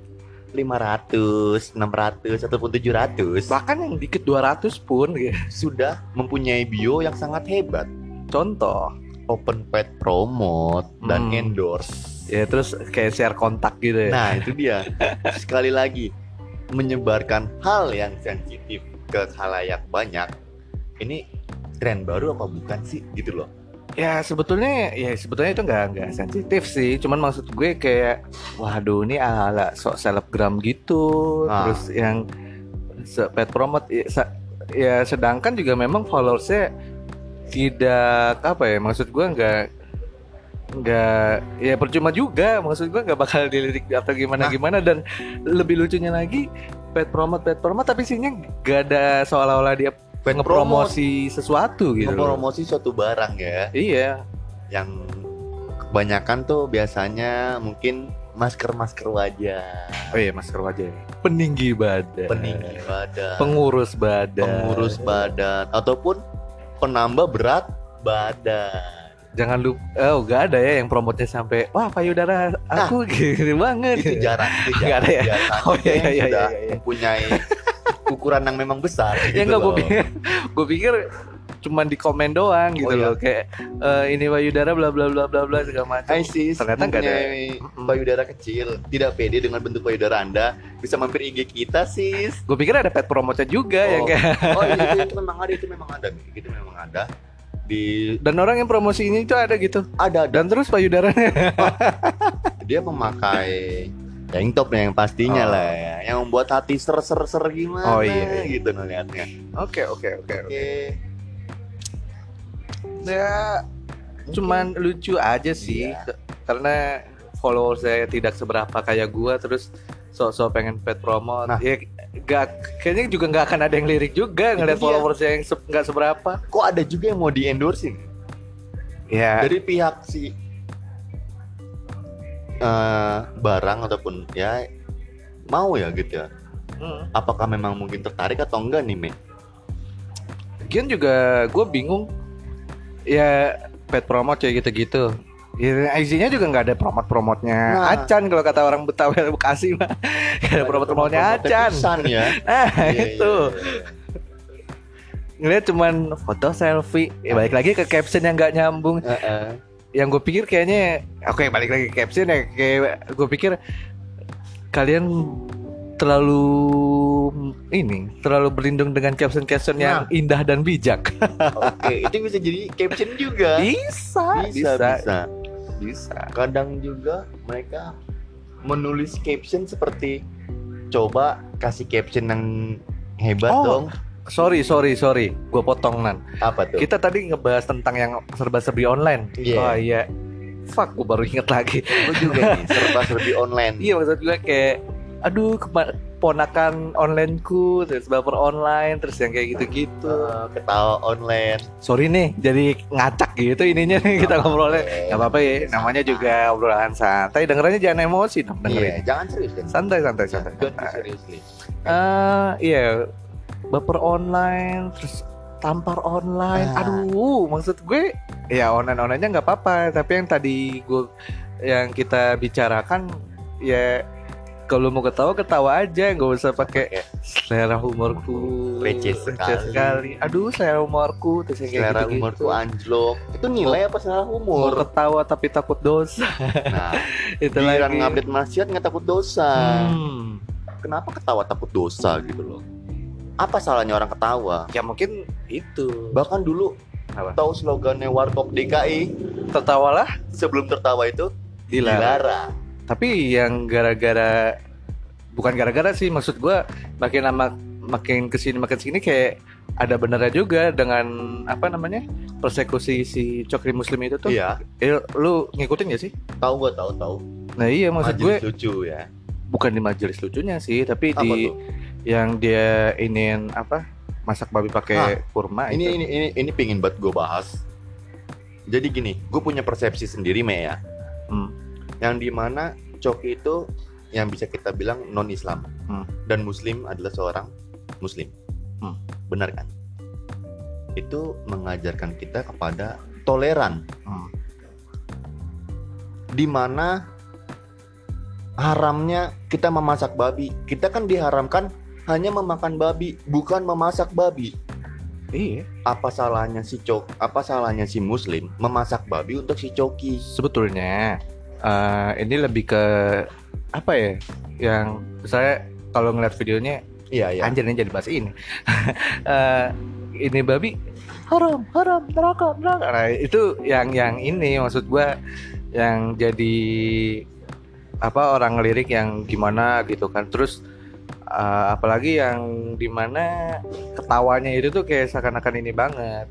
500, 600 ataupun 700
bahkan yang dikit 200 pun gitu.
sudah mempunyai bio yang sangat hebat.
contoh
Open pet promote dan
Hmm.
endorse.
ya terus kayak share kontak gitu ya
Nah, itu dia. Sekali lagi, menyebarkan hal yang sensitif ke halayak banyak. Ini tren baru apa bukan sih gitu loh.
ya sebetulnya ya sebetulnya itu nggak nggak sensitif sih cuman maksud gue kayak waduh ini ala sok selebgram gitu
Ah.
terus yang se- pet promote ya, se- ya sedangkan juga memang followersnya tidak apa ya maksud gue nggak nggak ya percuma juga maksud gue nggak bakal dilirik atau gimana
Nah.
gimana dan lebih lucunya lagi pet promote pet promote tapi isinya gak ada seolah-olah dia ngepromosi sesuatu gitu loh.
promosi suatu barang ya
iya
yang kebanyakan tuh biasanya mungkin masker-masker wajah,
Oh iya masker wajah ya. Peninggi badan.
peninggi badan,
Pengurus badan.
pengurus badan ataupun penambah berat badan.
Jangan lupa. Oh gak ada ya yang promotnya sampai wah payudara aku gini banget.
Itu jarang,
Nggak
itu jarang.
ada ya?
Biasanya
Oh, iya,
yang
iya, iya,
sudah
iya, iya.
mempunyai ukuran yang memang besar
(laughs) ya
gitu
enggak gue
loh.
pikir, gue pikir cuman di komen doang gitu
Oh, iya.
loh kayak "Eh, ini payudara bla bla bla bla bla segala macam.
ISIS
Ternyata nggak ada. Mm-mm.
payudara kecil, tidak pede dengan bentuk payudara Anda, bisa mampir IG kita sis.
Gue pikir ada pet promote juga ya
Oh.
kayak.
Oh iya, itu, itu memang ada, itu memang ada, itu memang ada. Di
Dan orang yang promosinya itu ada gitu.
ada ada.
Dan terus payudaranya
Dia memakai tank top yang pastinya
Oh.
lah ya, yang membuat hati ser-ser-ser gimana
Oh, iya, iya.
gitu ngelihatnya.
Oke oke oke. oke.
Oke.
Ya cuman lucu aja sih
Iya.
ke- karena follower saya tidak seberapa kayak gua terus sok-sok pengen pet promote
Nah.
ya gak, kayaknya juga nggak akan ada yang lirik juga ngeliat
dia.
follower saya yang se- nggak seberapa
kok ada juga yang mau di endorsein
ya
dari pihak si eh, barang ataupun ya mau ya gitu ya.
mm.
Apakah memang mungkin tertarik atau enggak nih, Me?
Lagian juga gue bingung ya pet promote kayak gitu-gitu Ya, isinya juga nggak ada promot-promotnya
Nah.
Acan kalau kata orang Betawi (laughs) Bekasi mah nggak ada promot-promotnya Acan
Pisan ya.
(laughs) nah
Iya,
itu
iya, iya.
ngeliat cuman foto selfie ya balik lagi ke caption yang nggak nyambung
Heeh.
yang gue pikir kayaknya oke balik lagi ke caption ya kayak gue pikir kalian terlalu ini terlalu berlindung dengan caption-caption yang indah dan bijak
Oke, itu bisa jadi caption juga.
bisa
Bisa, bisa.
bisa.
Kadang juga mereka menulis caption seperti coba kasih caption yang hebat
Oh.
dong.
sorry sorry sorry gue potong nan
Apa tuh?
kita tadi ngebahas tentang yang serba-serbi online
Iya.
oh iya fuck gue baru inget
(laughs)
lagi
Gua juga nih Iya, serba-serbi online.
Iya maksud gue kayak aduh kema- ponakan onlineku terus baper online terus yang kayak gitu-gitu.
Eh, ketawa online.
Sorry nih jadi ngacak gitu ininya nih kita ngobrolnya.
Iya,
Gak apa-apa ya namanya juga obrolan santai dengerannya jangan emosi dong
Iya,
dengerin.
jangan serius kan.
Santai santai santai.
Don't be
santai.
seriously.
Eh, iya baper online terus tampar online.
Ah.
Aduh maksud gue ya online onlinenya nggak apa-apa tapi yang tadi gue yang kita bicarakan ya kalau mau ketawa ketawa aja nggak usah pakai
Kayak
selera humorku
Receh sekali.
aduh selera humorku terus yang kayak
selera
gitu-gitu.
humor tuh anjlok. Itu nilai apa selera
mau
humor?
ketawa tapi takut
(laughs)
dosa
Nah,
(laughs) itu
giliran
lagi
ngupdate maksiat nggak takut dosa.
Hmm.
Kenapa ketawa takut dosa gitu loh? Apa salahnya orang ketawa?
ya mungkin itu
Bahkan dulu
Apa?
tahu slogannya Warkop DKI
tertawalah
sebelum tertawa itu
dilarang
dilarang.
tapi yang gara-gara bukan gara-gara sih maksud gua makin lama makin kesini makin sini kayak ada benernya juga dengan apa namanya persekusi si cokri muslim itu tuh
Iya,
Eh, lu ngikutin gak sih
tahu gua tahu tahu.
nah iya maksud gue
Majelis lucu ya.
bukan di majelis lucunya sih tapi
Apa
di
tuh?
yang dia ingin apa masak babi pakai kurma Nah,
Ini
itu.
ini ini ini pingin buat gue bahas. Jadi gini, gue punya persepsi sendiri me ya,
Hmm.
yang dimana Coki itu yang bisa kita bilang non Islam
Hmm.
dan Muslim adalah seorang Muslim,
Hmm.
benar kan? Itu mengajarkan kita kepada toleran,
Hmm.
dimana haramnya kita memasak babi. Kita kan diharamkan hanya memakan babi, bukan memasak babi.
iya
apa salahnya si cok apa salahnya si muslim memasak babi untuk si coki
sebetulnya eh, ini lebih ke apa ya yang saya kalau ngeliat videonya
Iya iya.
anjir ini jadi bahas ini (laughs) Eh, ini babi haram haram neraka neraka nah, itu yang yang ini maksud gua yang jadi apa orang lirik yang gimana gitu kan terus eh, apalagi yang dimana ketawanya itu tuh kayak seakan-akan ini banget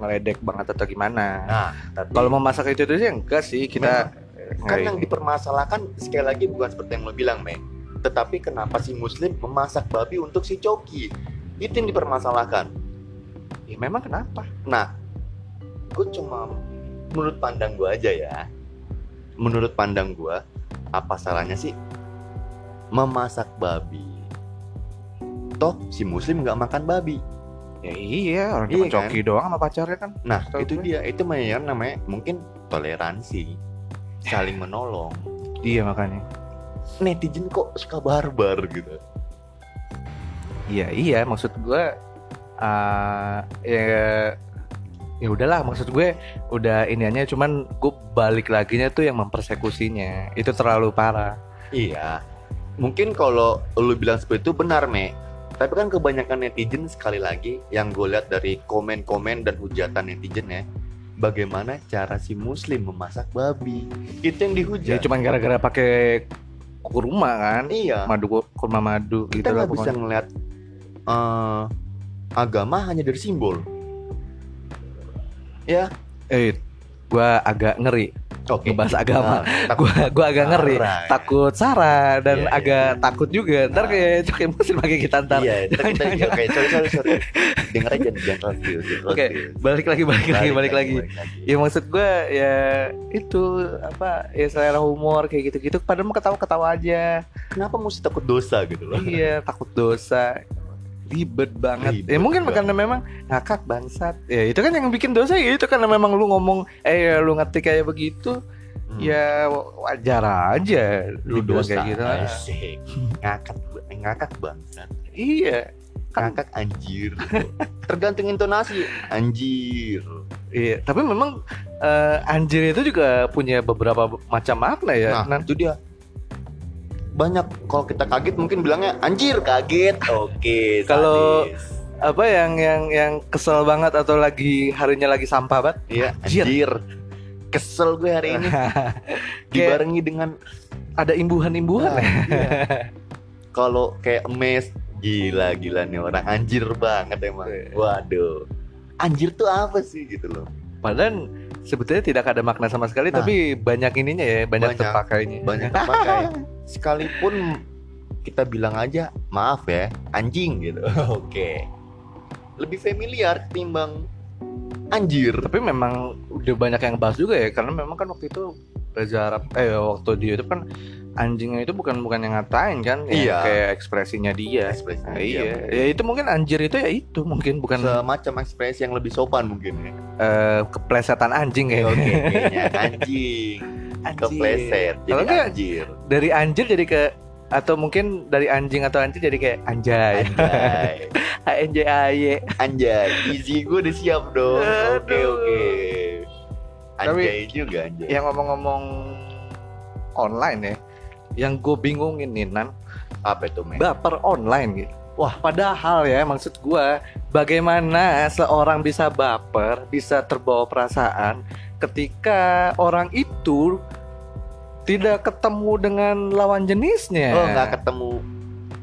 ngeledek banget atau gimana
Nah, tapi
kalau memasak itu itu sih enggak sih kita
kan
nggak
yang
ini.
dipermasalahkan sekali lagi bukan seperti yang lo bilang, men. Tetapi kenapa si muslim memasak babi untuk si coki? Itu yang dipermasalahkan.
Ya, memang kenapa
Nah, gue cuma menurut pandang gue aja ya. Menurut pandang gue, apa salahnya sih memasak babi? Toh si muslim nggak makan babi.
ya iya orang
Iya
cuma coki doang sama pacarnya kan
Nah,
Setahu
itu
gue.
dia. Itu namanya namanya mungkin toleransi, saling menolong. Iya,
dia makanya
Netizen kok suka barbar gitu.
Iya iya maksud gue eh ya ya udahlah maksud gue udah iniannya cuman gue balik laginya tuh yang mempersekusinya itu terlalu parah
Iya. Mungkin kalau lu bilang seperti itu benar, Me. Tapi kan kebanyakan netizen sekali lagi yang gue lihat dari komen-komen dan hujatan netizen ya, bagaimana cara si muslim memasak babi. Itu yang
jadi
dihujat.
cuman gara-gara pakai kurma kan
Iya.
madu kurma madu gitu
Kita
lah
nggak bisa
pokoknya.
ngelihat eh, agama hanya dari simbol. Ya?
eh gue agak ngeri
Oke. Nah,
ngebahas agama
takut
gue gue agak ngeri
Iya. parah. ya.
takut Sarah dan
Iya, iya.
agak takut juga ntar
Ah.
kayak kayak muslim pakai kita ntar
Iya, kita kita iya, oke, sorry sorry sorry. Dengar
(laughs)
aja jangan terlalu serius, jangan terlalu
Oke,
serius.
balik lagi balik lagi balik lagi
balik lagi.
ya maksud gue ya itu apa ya selera humor kayak gitu-gitu padahal mau ketawa-ketawa aja
Kenapa mesti takut dosa gitu loh?
iya takut dosa ribet banget ya
Ribet
mungkin
banget.
karena memang ngakak bangsat ya itu kan yang bikin dosa ya itu karena memang lu ngomong eh lu ngetik kayak begitu
Hmm.
ya wajar aja lu bilang kayak gitu lah.
asik. ngakak ba- ngakak banget
iya Kan-
ngakak
(laughs)
anjir tergantung intonasi anjir
iya tapi memang eh, anjir itu juga punya beberapa macam makna ya
nah
Nan.
itu dia banyak kalau kita kaget mungkin bilangnya anjir kaget oke
Kalau-
sadis.
apa yang yang yang kesel banget atau lagi harinya lagi sampah banget
iya
Anjir.
anjir. kesel gue hari
(laughs)
ini
Kayak-
dibarengi dengan
ada imbuhan-imbuhan (laughs) ya.
Nah, iya. kalau kayak mes gila gila nih orang anjir banget emang
Iya.
waduh anjir tuh apa sih gitu loh
Padahal sebetulnya tidak ada makna sama sekali,
Nah.
tapi banyak ininya ya, banyak,
Banyak.
terpakainya.
banyak terpakai (laughs) sekalipun kita bilang aja maaf ya anjing gitu (laughs) oke lebih familiar ketimbang anjir
Tapi memang udah banyak yang bahas juga ya, karena memang kan waktu itu Reza Arab, eh waktu dia itu kan anjingnya itu bukan bukan yang ngatain kan, ya,
Iya.
kayak ekspresinya dia.
Ya, ekspresi
Nah,
dia
iya,
mungkin.
ya itu mungkin anjir itu ya itu mungkin bukan
semacam ekspresi yang lebih sopan mungkin ya
eh, keplesetan anjing ya.
oke kayaknya anjing Iya, kepleset jadi
Kalau nggak- eh.
anjir
Dari anjir jadi ke atau mungkin dari anjing atau anjir jadi kayak anjay.
(laughs) anjay
Anjay aye.
anjay easy gue udah siap dong oke
Aduh.
oke
Tapi-
anjay juga anjay
yang ngomong-ngomong online ya yang gue bingungin nih nan
apa itu men
baper online gitu
Wah.
padahal ya maksud gue bagaimana seorang bisa baper bisa terbawa perasaan ketika orang itu tidak ketemu dengan lawan jenisnya
oh nggak ketemu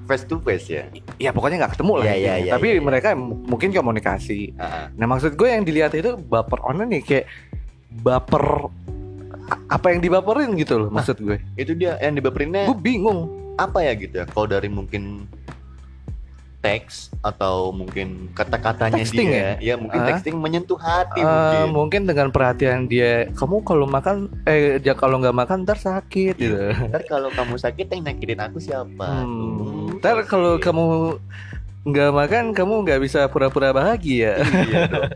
face to face ya
ya pokoknya nggak ketemu lah
Iya, iya, iya,
tapi
iya, iya.
mereka m- mungkin komunikasi
Ah, ah.
Nah maksud gue yang dilihat itu baper online nih kayak baper a- apa yang dibaperin gitu loh maksud gue.
itu dia yang dibaperinnya
Gue bingung.
apa ya gitu ya kalau dari mungkin teks atau mungkin kata-katanya
Texting
dia ya, mungkin
Ah.
texting menyentuh
Eh,
hati Iya, mungkin
mungkin. dengan perhatian dia, kamu kalau makan eh ja- kalau nggak makan ntar sakit gitu.
ntar kalau kamu sakit yang nyakitin aku siapa
Hmm.
Hmm,
Ntar kalau
oke.
kamu nggak makan kamu nggak bisa pura-pura bahagia.
Iya dong.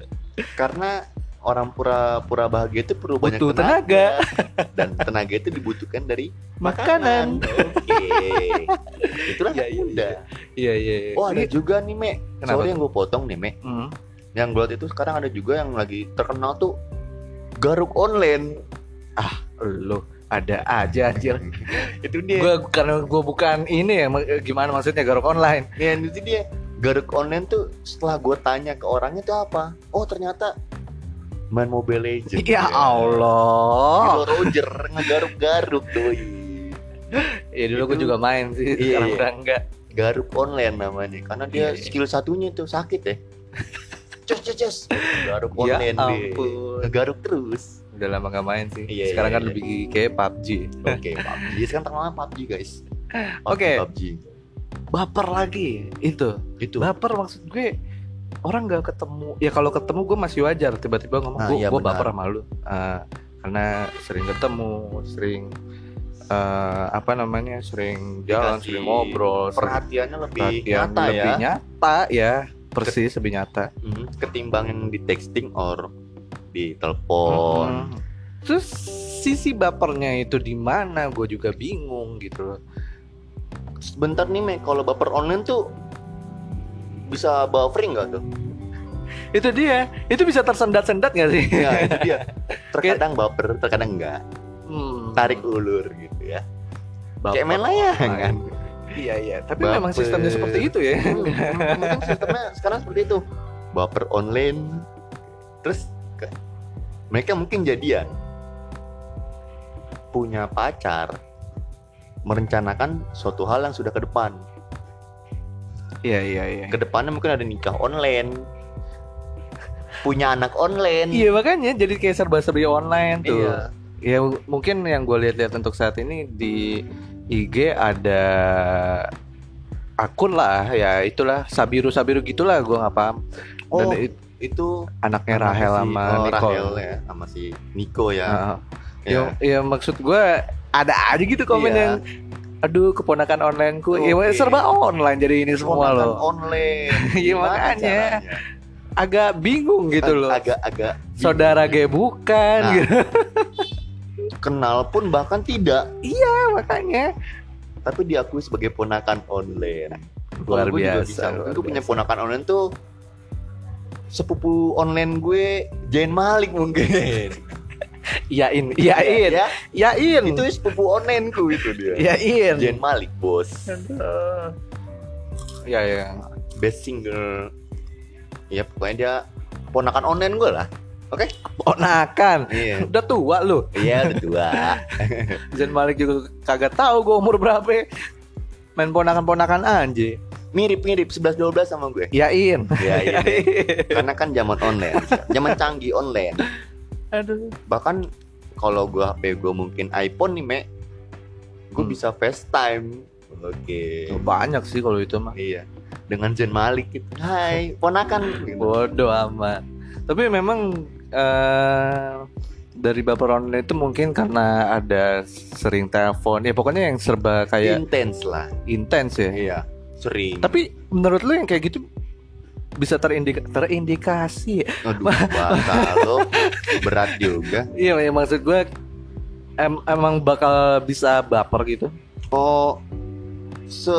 karena orang pura-pura bahagia itu perlu banyak
Butuh
tenaga, (laughs) dan tenaga itu dibutuhkan dari
Makanan.
makanan.
(laughs)
oke itulah
Iya,
anak
iya,
muda.
Iya iya. iya.
oh ada
Ini-
juga nih me
Kenapa
sorry yang gue potong nih me
Hmm.
yang gue lihat itu sekarang ada juga yang lagi terkenal tuh garuk online
Lo ada aja anjir itu dia gue karena gue bukan ini ya ma- gimana maksudnya garuk online
Ya itu dia Garuk online tuh setelah gue tanya ke orangnya tuh apa Oh ternyata main Mobile Legends
ya
Dulu
Allah
Roger ngegaruk-garuk doi
ya dulu gue
Itu-
juga main sih
Iya,
sekarang
iya.
udah enggak
Garuk online namanya Karena dia
Iya, iya.
skill satunya tuh sakit ya Cus cus cus Garuk
ya
online iya, dia
ampun
Ngegaruk terus
udah lama gak main sih
Iya,
sekarang
iya,
kan
iya.
lebih kayak PUBG
Oke PUBG Sekarang terkenal PUBG guys PUBG,
Oke.
PUBG
baper lagi itu
Itu
baper maksud gue orang nggak ketemu ya kalau ketemu gue masih wajar tiba-tiba ngomong
Nah,
gue
iya
gue
benar.
baper sama lu Eh, karena sering ketemu sering eh, apa namanya sering jalan
Dikasih
sering ngobrol sering
Perhatiannya lebih
perhatian
nyata
lebih
ya
nyata ya persis lebih nyata
Mhm, Ketimbang yang di texting or di
Mm.
telepon
terus sisi bapernya itu di mana gue juga bingung (laughs) gitu loh
Sebentar nih Mek, kalau baper online tuh bisa buffering nggak tuh?
itu dia itu bisa tersendat-sendat gak sih
Ya itu
(laughs)
dia. Terkadang baper, terkadang enggak.
Hmm.
Tarik ulur gitu ya.
Baper
Kayak main kan? layangan.
online. iya iya tapi
Baper.
memang sistemnya seperti itu ya
Hmm, mungkin sistemnya sekarang seperti itu. Baper online. Terus ke- mereka mungkin jadian. Punya pacar. Merencanakan suatu hal yang sudah ke depan.
iya iya iya
Kedepannya mungkin ada nikah online. Punya anak online.
Iya makanya jadi kayak serba-serbi online tuh.
Iya.
Ya m- mungkin yang gue lihat-lihat untuk saat ini di IG ada akun lah ya itulah sabiru sabiru gitulah gue nggak paham. Dan
Oh,
it-
itu
anaknya Rahel sama
oh,
Nicole.
Rahel ya, sama si Nico ya.
Heeh.
ya.
Ya, ya, maksud gue ada aja gitu komen
Iya.
yang aduh keponakan onlineku ya
Oke.
serba online jadi ini semua
Keponakan
loh
online.
(laughs) Iya,
Gimana
makanya.
caranya?
agak bingung gitu
Ag-
loh
Agak-agak
saudara gue bukan
Nah.
gitu (laughs)
kenal pun bahkan tidak,
makanya
tapi diakui sebagai ponakan online.
luar
Kalau gue juga
biasa,
bisa.
luar
Gue punya
biasa.
ponakan online tuh sepupu online gue Jain Malik mungkin.
Iyain, iyain,
(laughs) Ya,
iyain.
Itu sepupu onlineku itu dia.
iyain.
Jain Malik, Bos.
Ya ya.
Best singer. Ya pokoknya dia ponakan online gue lah.
Ponakan.
Iya.
Udah tua lu.
Iya, udah tua.
Zain Malik juga kagak tahu gua umur berapa. Main ponakan-ponakan anjing.
mirip-mirip 11 12 sama gue.
Iyain.
Ya, iya.
Iyain.
Karena kan zaman online, zaman canggih online.
Aduh.
Bahkan kalau gue HP gue mungkin iPhone nih, Mek. Gue
Hmm.
bisa FaceTime. Oke.
Tuh, Banyak sih kalau itu mah.
Iya. Dengan Jen Malik gitu. Hai,
(laughs)
ponakan. Gitu.
Bodoh amat. Tapi memang eh dari baper online itu mungkin karena ada sering telepon. Ya pokoknya yang serba kayak
Intens lah.
intens ya.
Iya. Sering.
iya. Tapi menurut lu yang kayak gitu bisa terindika- terindikasi. ya? (laughs)
Aduh, batal lo. Berat juga.
Iya, ya, maksud gue em- emang bakal bisa baper gitu.
Oh, se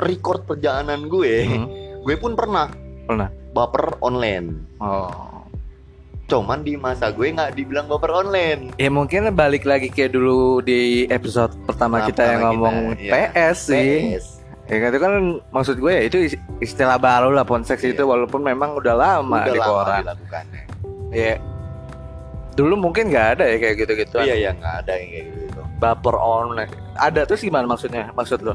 record perjalanan gue,
Hmm.
gue pun pernah
Pernah.
baper online.
(laughs) Oh.
Cuman di masa gue nggak dibilang baper online.
Ya mungkin balik lagi kayak dulu di episode pertama
Pertama
kita yang
kita,
ngomong
iya.
PS sih.
PS.
Ya kan, itu kan maksud gue ya itu is- istilah baru lah ponseks
Iya.
itu walaupun memang udah lama
Udah
di
lama
koran.
dilakukannya.
Ya. Dulu mungkin nggak ada ya kayak gitu-gitu.
Iya ya nggak ada yang kayak gitu.
Baper online. Ada terus gimana maksudnya? Maksud lo?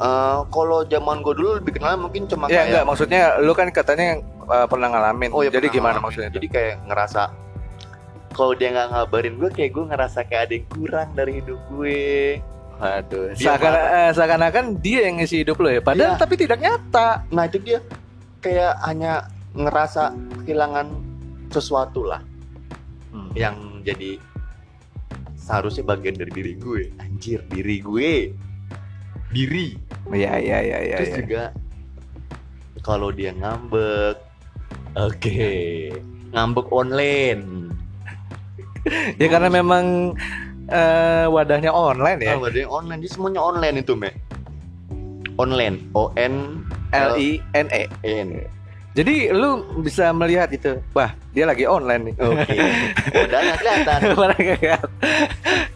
Eh, kalau zaman gue dulu lebih kenal mungkin cuma
Ya enggak
kayak
maksudnya lu kan katanya uh, pernah ngalamin.
Oh, ya,
Jadi
pernah
gimana
ngalamin.
maksudnya? itu?
jadi kayak ngerasa kalau dia nggak ngabarin gue kayak gue ngerasa kayak ada yang kurang dari hidup gue.
Waduh.
Dia
Seakan, eh, seakan-akan dia yang ngisi hidup lo ya. Padahal
Iya.
tapi tidak nyata.
Nah itu dia kayak hanya ngerasa kehilangan sesuatu lah Hmm. yang jadi seharusnya bagian dari diri gue. Anjir diri gue, diri.
Iya iya iya iya.
Terus
iya.
juga kalau dia ngambek, oke, ngambek online.
(laughs) Ya karena memang eh, wadahnya online ya.
Kalau dia online, dia semuanya online itu, Me. Online, O N
L I N E.
N.
Jadi lu bisa melihat itu, bah dia lagi online nih.
Oke. Udah nggak kelihatan.
(laughs) Mana kayak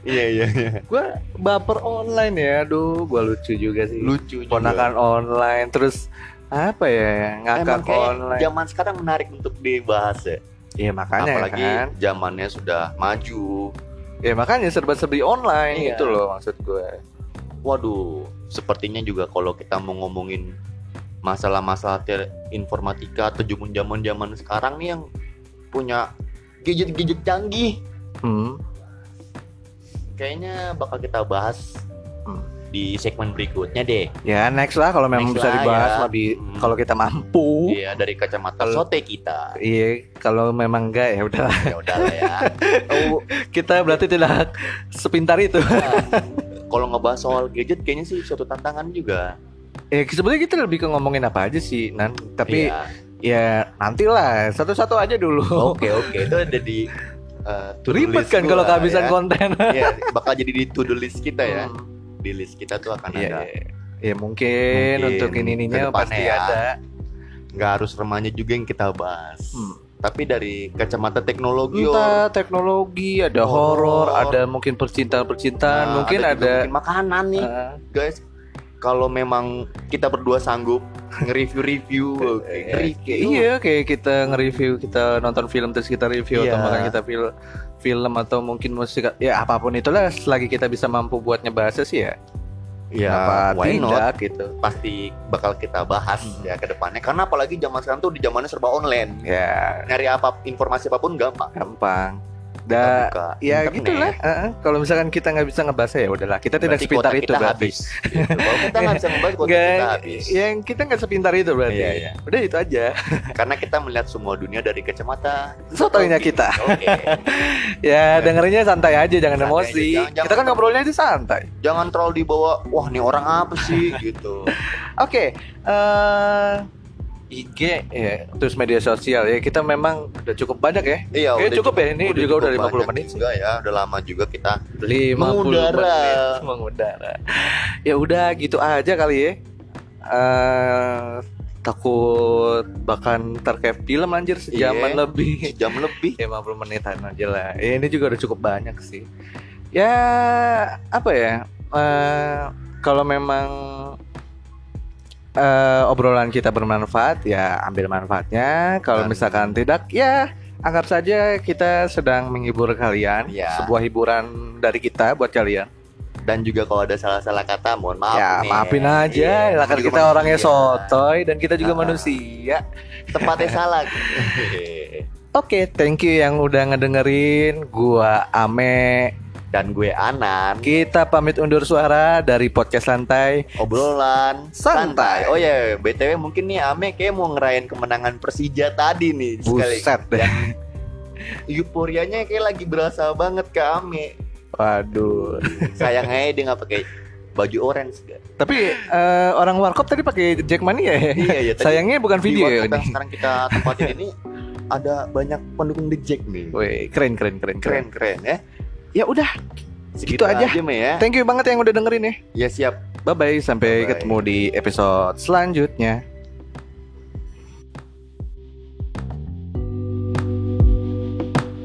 Iya iya iya.
gue baper online ya, aduh gue lucu juga sih.
Lucu juga.
Ponakan online terus apa ya
Emang
ngakak
kayak
online.
zaman sekarang menarik untuk dibahas ya.
Iya makanya
Apalagi
kan.
zamannya sudah maju.
Ya makanya serba-serbi online
Iya.
itu loh maksud gue.
Waduh, sepertinya juga kalau kita mau ngomongin masalah-masalah te- informatika atau zaman zaman sekarang nih yang punya gadget-gadget canggih,
Hmm.
kayaknya bakal kita bahas
Hmm.
di segmen berikutnya deh.
Ya next lah kalau memang
Next
bisa
lah
dibahas
ya.
lebih
Hmm.
kalau kita mampu.
Iya, dari kacamata
Uh. Kalau-
sote kita.
Iya, kalau memang enggak ya udah. (laughs)
Ya udahlah ya. Oh,
Kita berarti tidak sepintar itu. (laughs)
Nah, kalau ngebahas soal gadget kayaknya sih suatu tantangan juga.
ya sebenarnya kita lebih ke ngomongin apa aja sih Nan. Tapi
Iya.
ya nantilah satu-satu aja dulu.
Oke, oke. Itu ada di eh, to-do
(laughs) Ribet
list
kan
gua
kalau
lah
kehabisan
ya.
konten.
Iya, bakal jadi di to-do list kita ya.
Hmm.
Di list kita tuh akan
Iya,
ada.
iya. (laughs) Ya mungkin,
Mungkin
untuk ini
ke
ininya
depannya
pasti
ya.
ada.
Nggak harus remaja juga yang kita bahas.
Hmm.
Tapi dari kacamata teknologi,
Entah teknologi, ada
Iya. Horor.
horor, ada mungkin percintaan-percintaan,
Nah,
mungkin
juga
ada,
mungkin makanan nih,
Ah,
guys. Kalau memang kita berdua sanggup (laughs) nge-review-review, oke,
eh,
nge-review.
iya kayak kita nge-review, kita nonton film terus kita review atau
Iya.
makan kita film film atau mungkin musik ya apapun itulah selagi kita bisa mampu buat ngebahasnya sih ya.
Ya,
Kenapa
why not?
tidak gitu.
Pasti bakal kita bahas
Hmm.
ya ke depannya. Karena apalagi zaman sekarang tuh di zamannya serba online.
Ya,
Nyari apa informasi apapun gampang.
gampang.
Kita
Da,
buka
ya
internet.
gitulah. Heeh. Kalau misalkan kita nggak bisa ngebahasnya ya udahlah, kita tidak
Berarti
sepintar
kuota
itu
kita
berarti.
habis. gitu. Kalau kita nggak bisa ngebahas kuota
Nggak, ya,
kita habis.
yang kita nggak sepintar itu berarti.
Iya, iya.
Udah itu
(laughs)
aja.
Karena kita melihat semua dunia dari kacamata
Sotoynya
Oke.
kita.
Oke.
Ya dengerinnya santai aja, jangan
Iya. Santai
emosi.
aja, jangan- jangan-
kita kan ngobrolnya itu santai.
Jangan terlalu dibawa. Wah, nih orang apa sih gitu.
Oke, eh IG ya, terus media sosial ya kita memang udah cukup banyak ya.
Iya,
Kayaknya cukup ya, ini juga udah 50
banyak
menit sih.
juga ya. Udah lama juga kita
50
Mengudara.
menit mengudara. Ya udah gitu aja kali ya. Eh takut bahkan terkait film anjir sejaman
Iya.
lebih.
jam lebih.
50 menitan aja lah. Ya, ini juga udah cukup banyak sih. Ya apa ya? eh, kalau memang eh, obrolan kita bermanfaat, ya ambil manfaatnya. Kalau
Dan-
misalkan tidak, ya anggap saja kita sedang menghibur kalian.
Iya.
Sebuah hiburan dari kita buat kalian.
Dan juga kalau ada salah-salah kata, mohon maaf.
ya
nih.
maafin aja.
Iya,
lah kan
juga
kita orangnya
manusia.
sotoy dan kita juga
Ah.
manusia. (laughs)
Tempatnya salah. gitu.
Oke, thank you yang udah ngedengerin. Gua Ame.
Dan gue Anan,
Kita pamit undur suara dari podcast lantai.
obrolan
Santai.
Oh ya, BTW mungkin nih Ame kayak mau ngerayain kemenangan Persija tadi nih sekali. Ya.
Buset deh.
Euforianya kayak lagi berasa banget ke Ame.
Waduh.
Sayang aja dia nggak pakai baju orange guys.
Tapi eh, orang warkop tadi pakai Jackmania ya.
Iya ya. tadi
Sayangnya bukan
di
video ya
warkop yang
ini.
sekarang kita tempatin ini ada banyak pendukung The Jack nih.
Woi, keren keren keren keren.
Keren keren ya.
Ya udah,
Segitu
aja.
Mei, ya.
thank you banget yang udah dengerin ya.
Ya siap.
Bye bye sampai
Bye-bye.
ketemu di episode selanjutnya.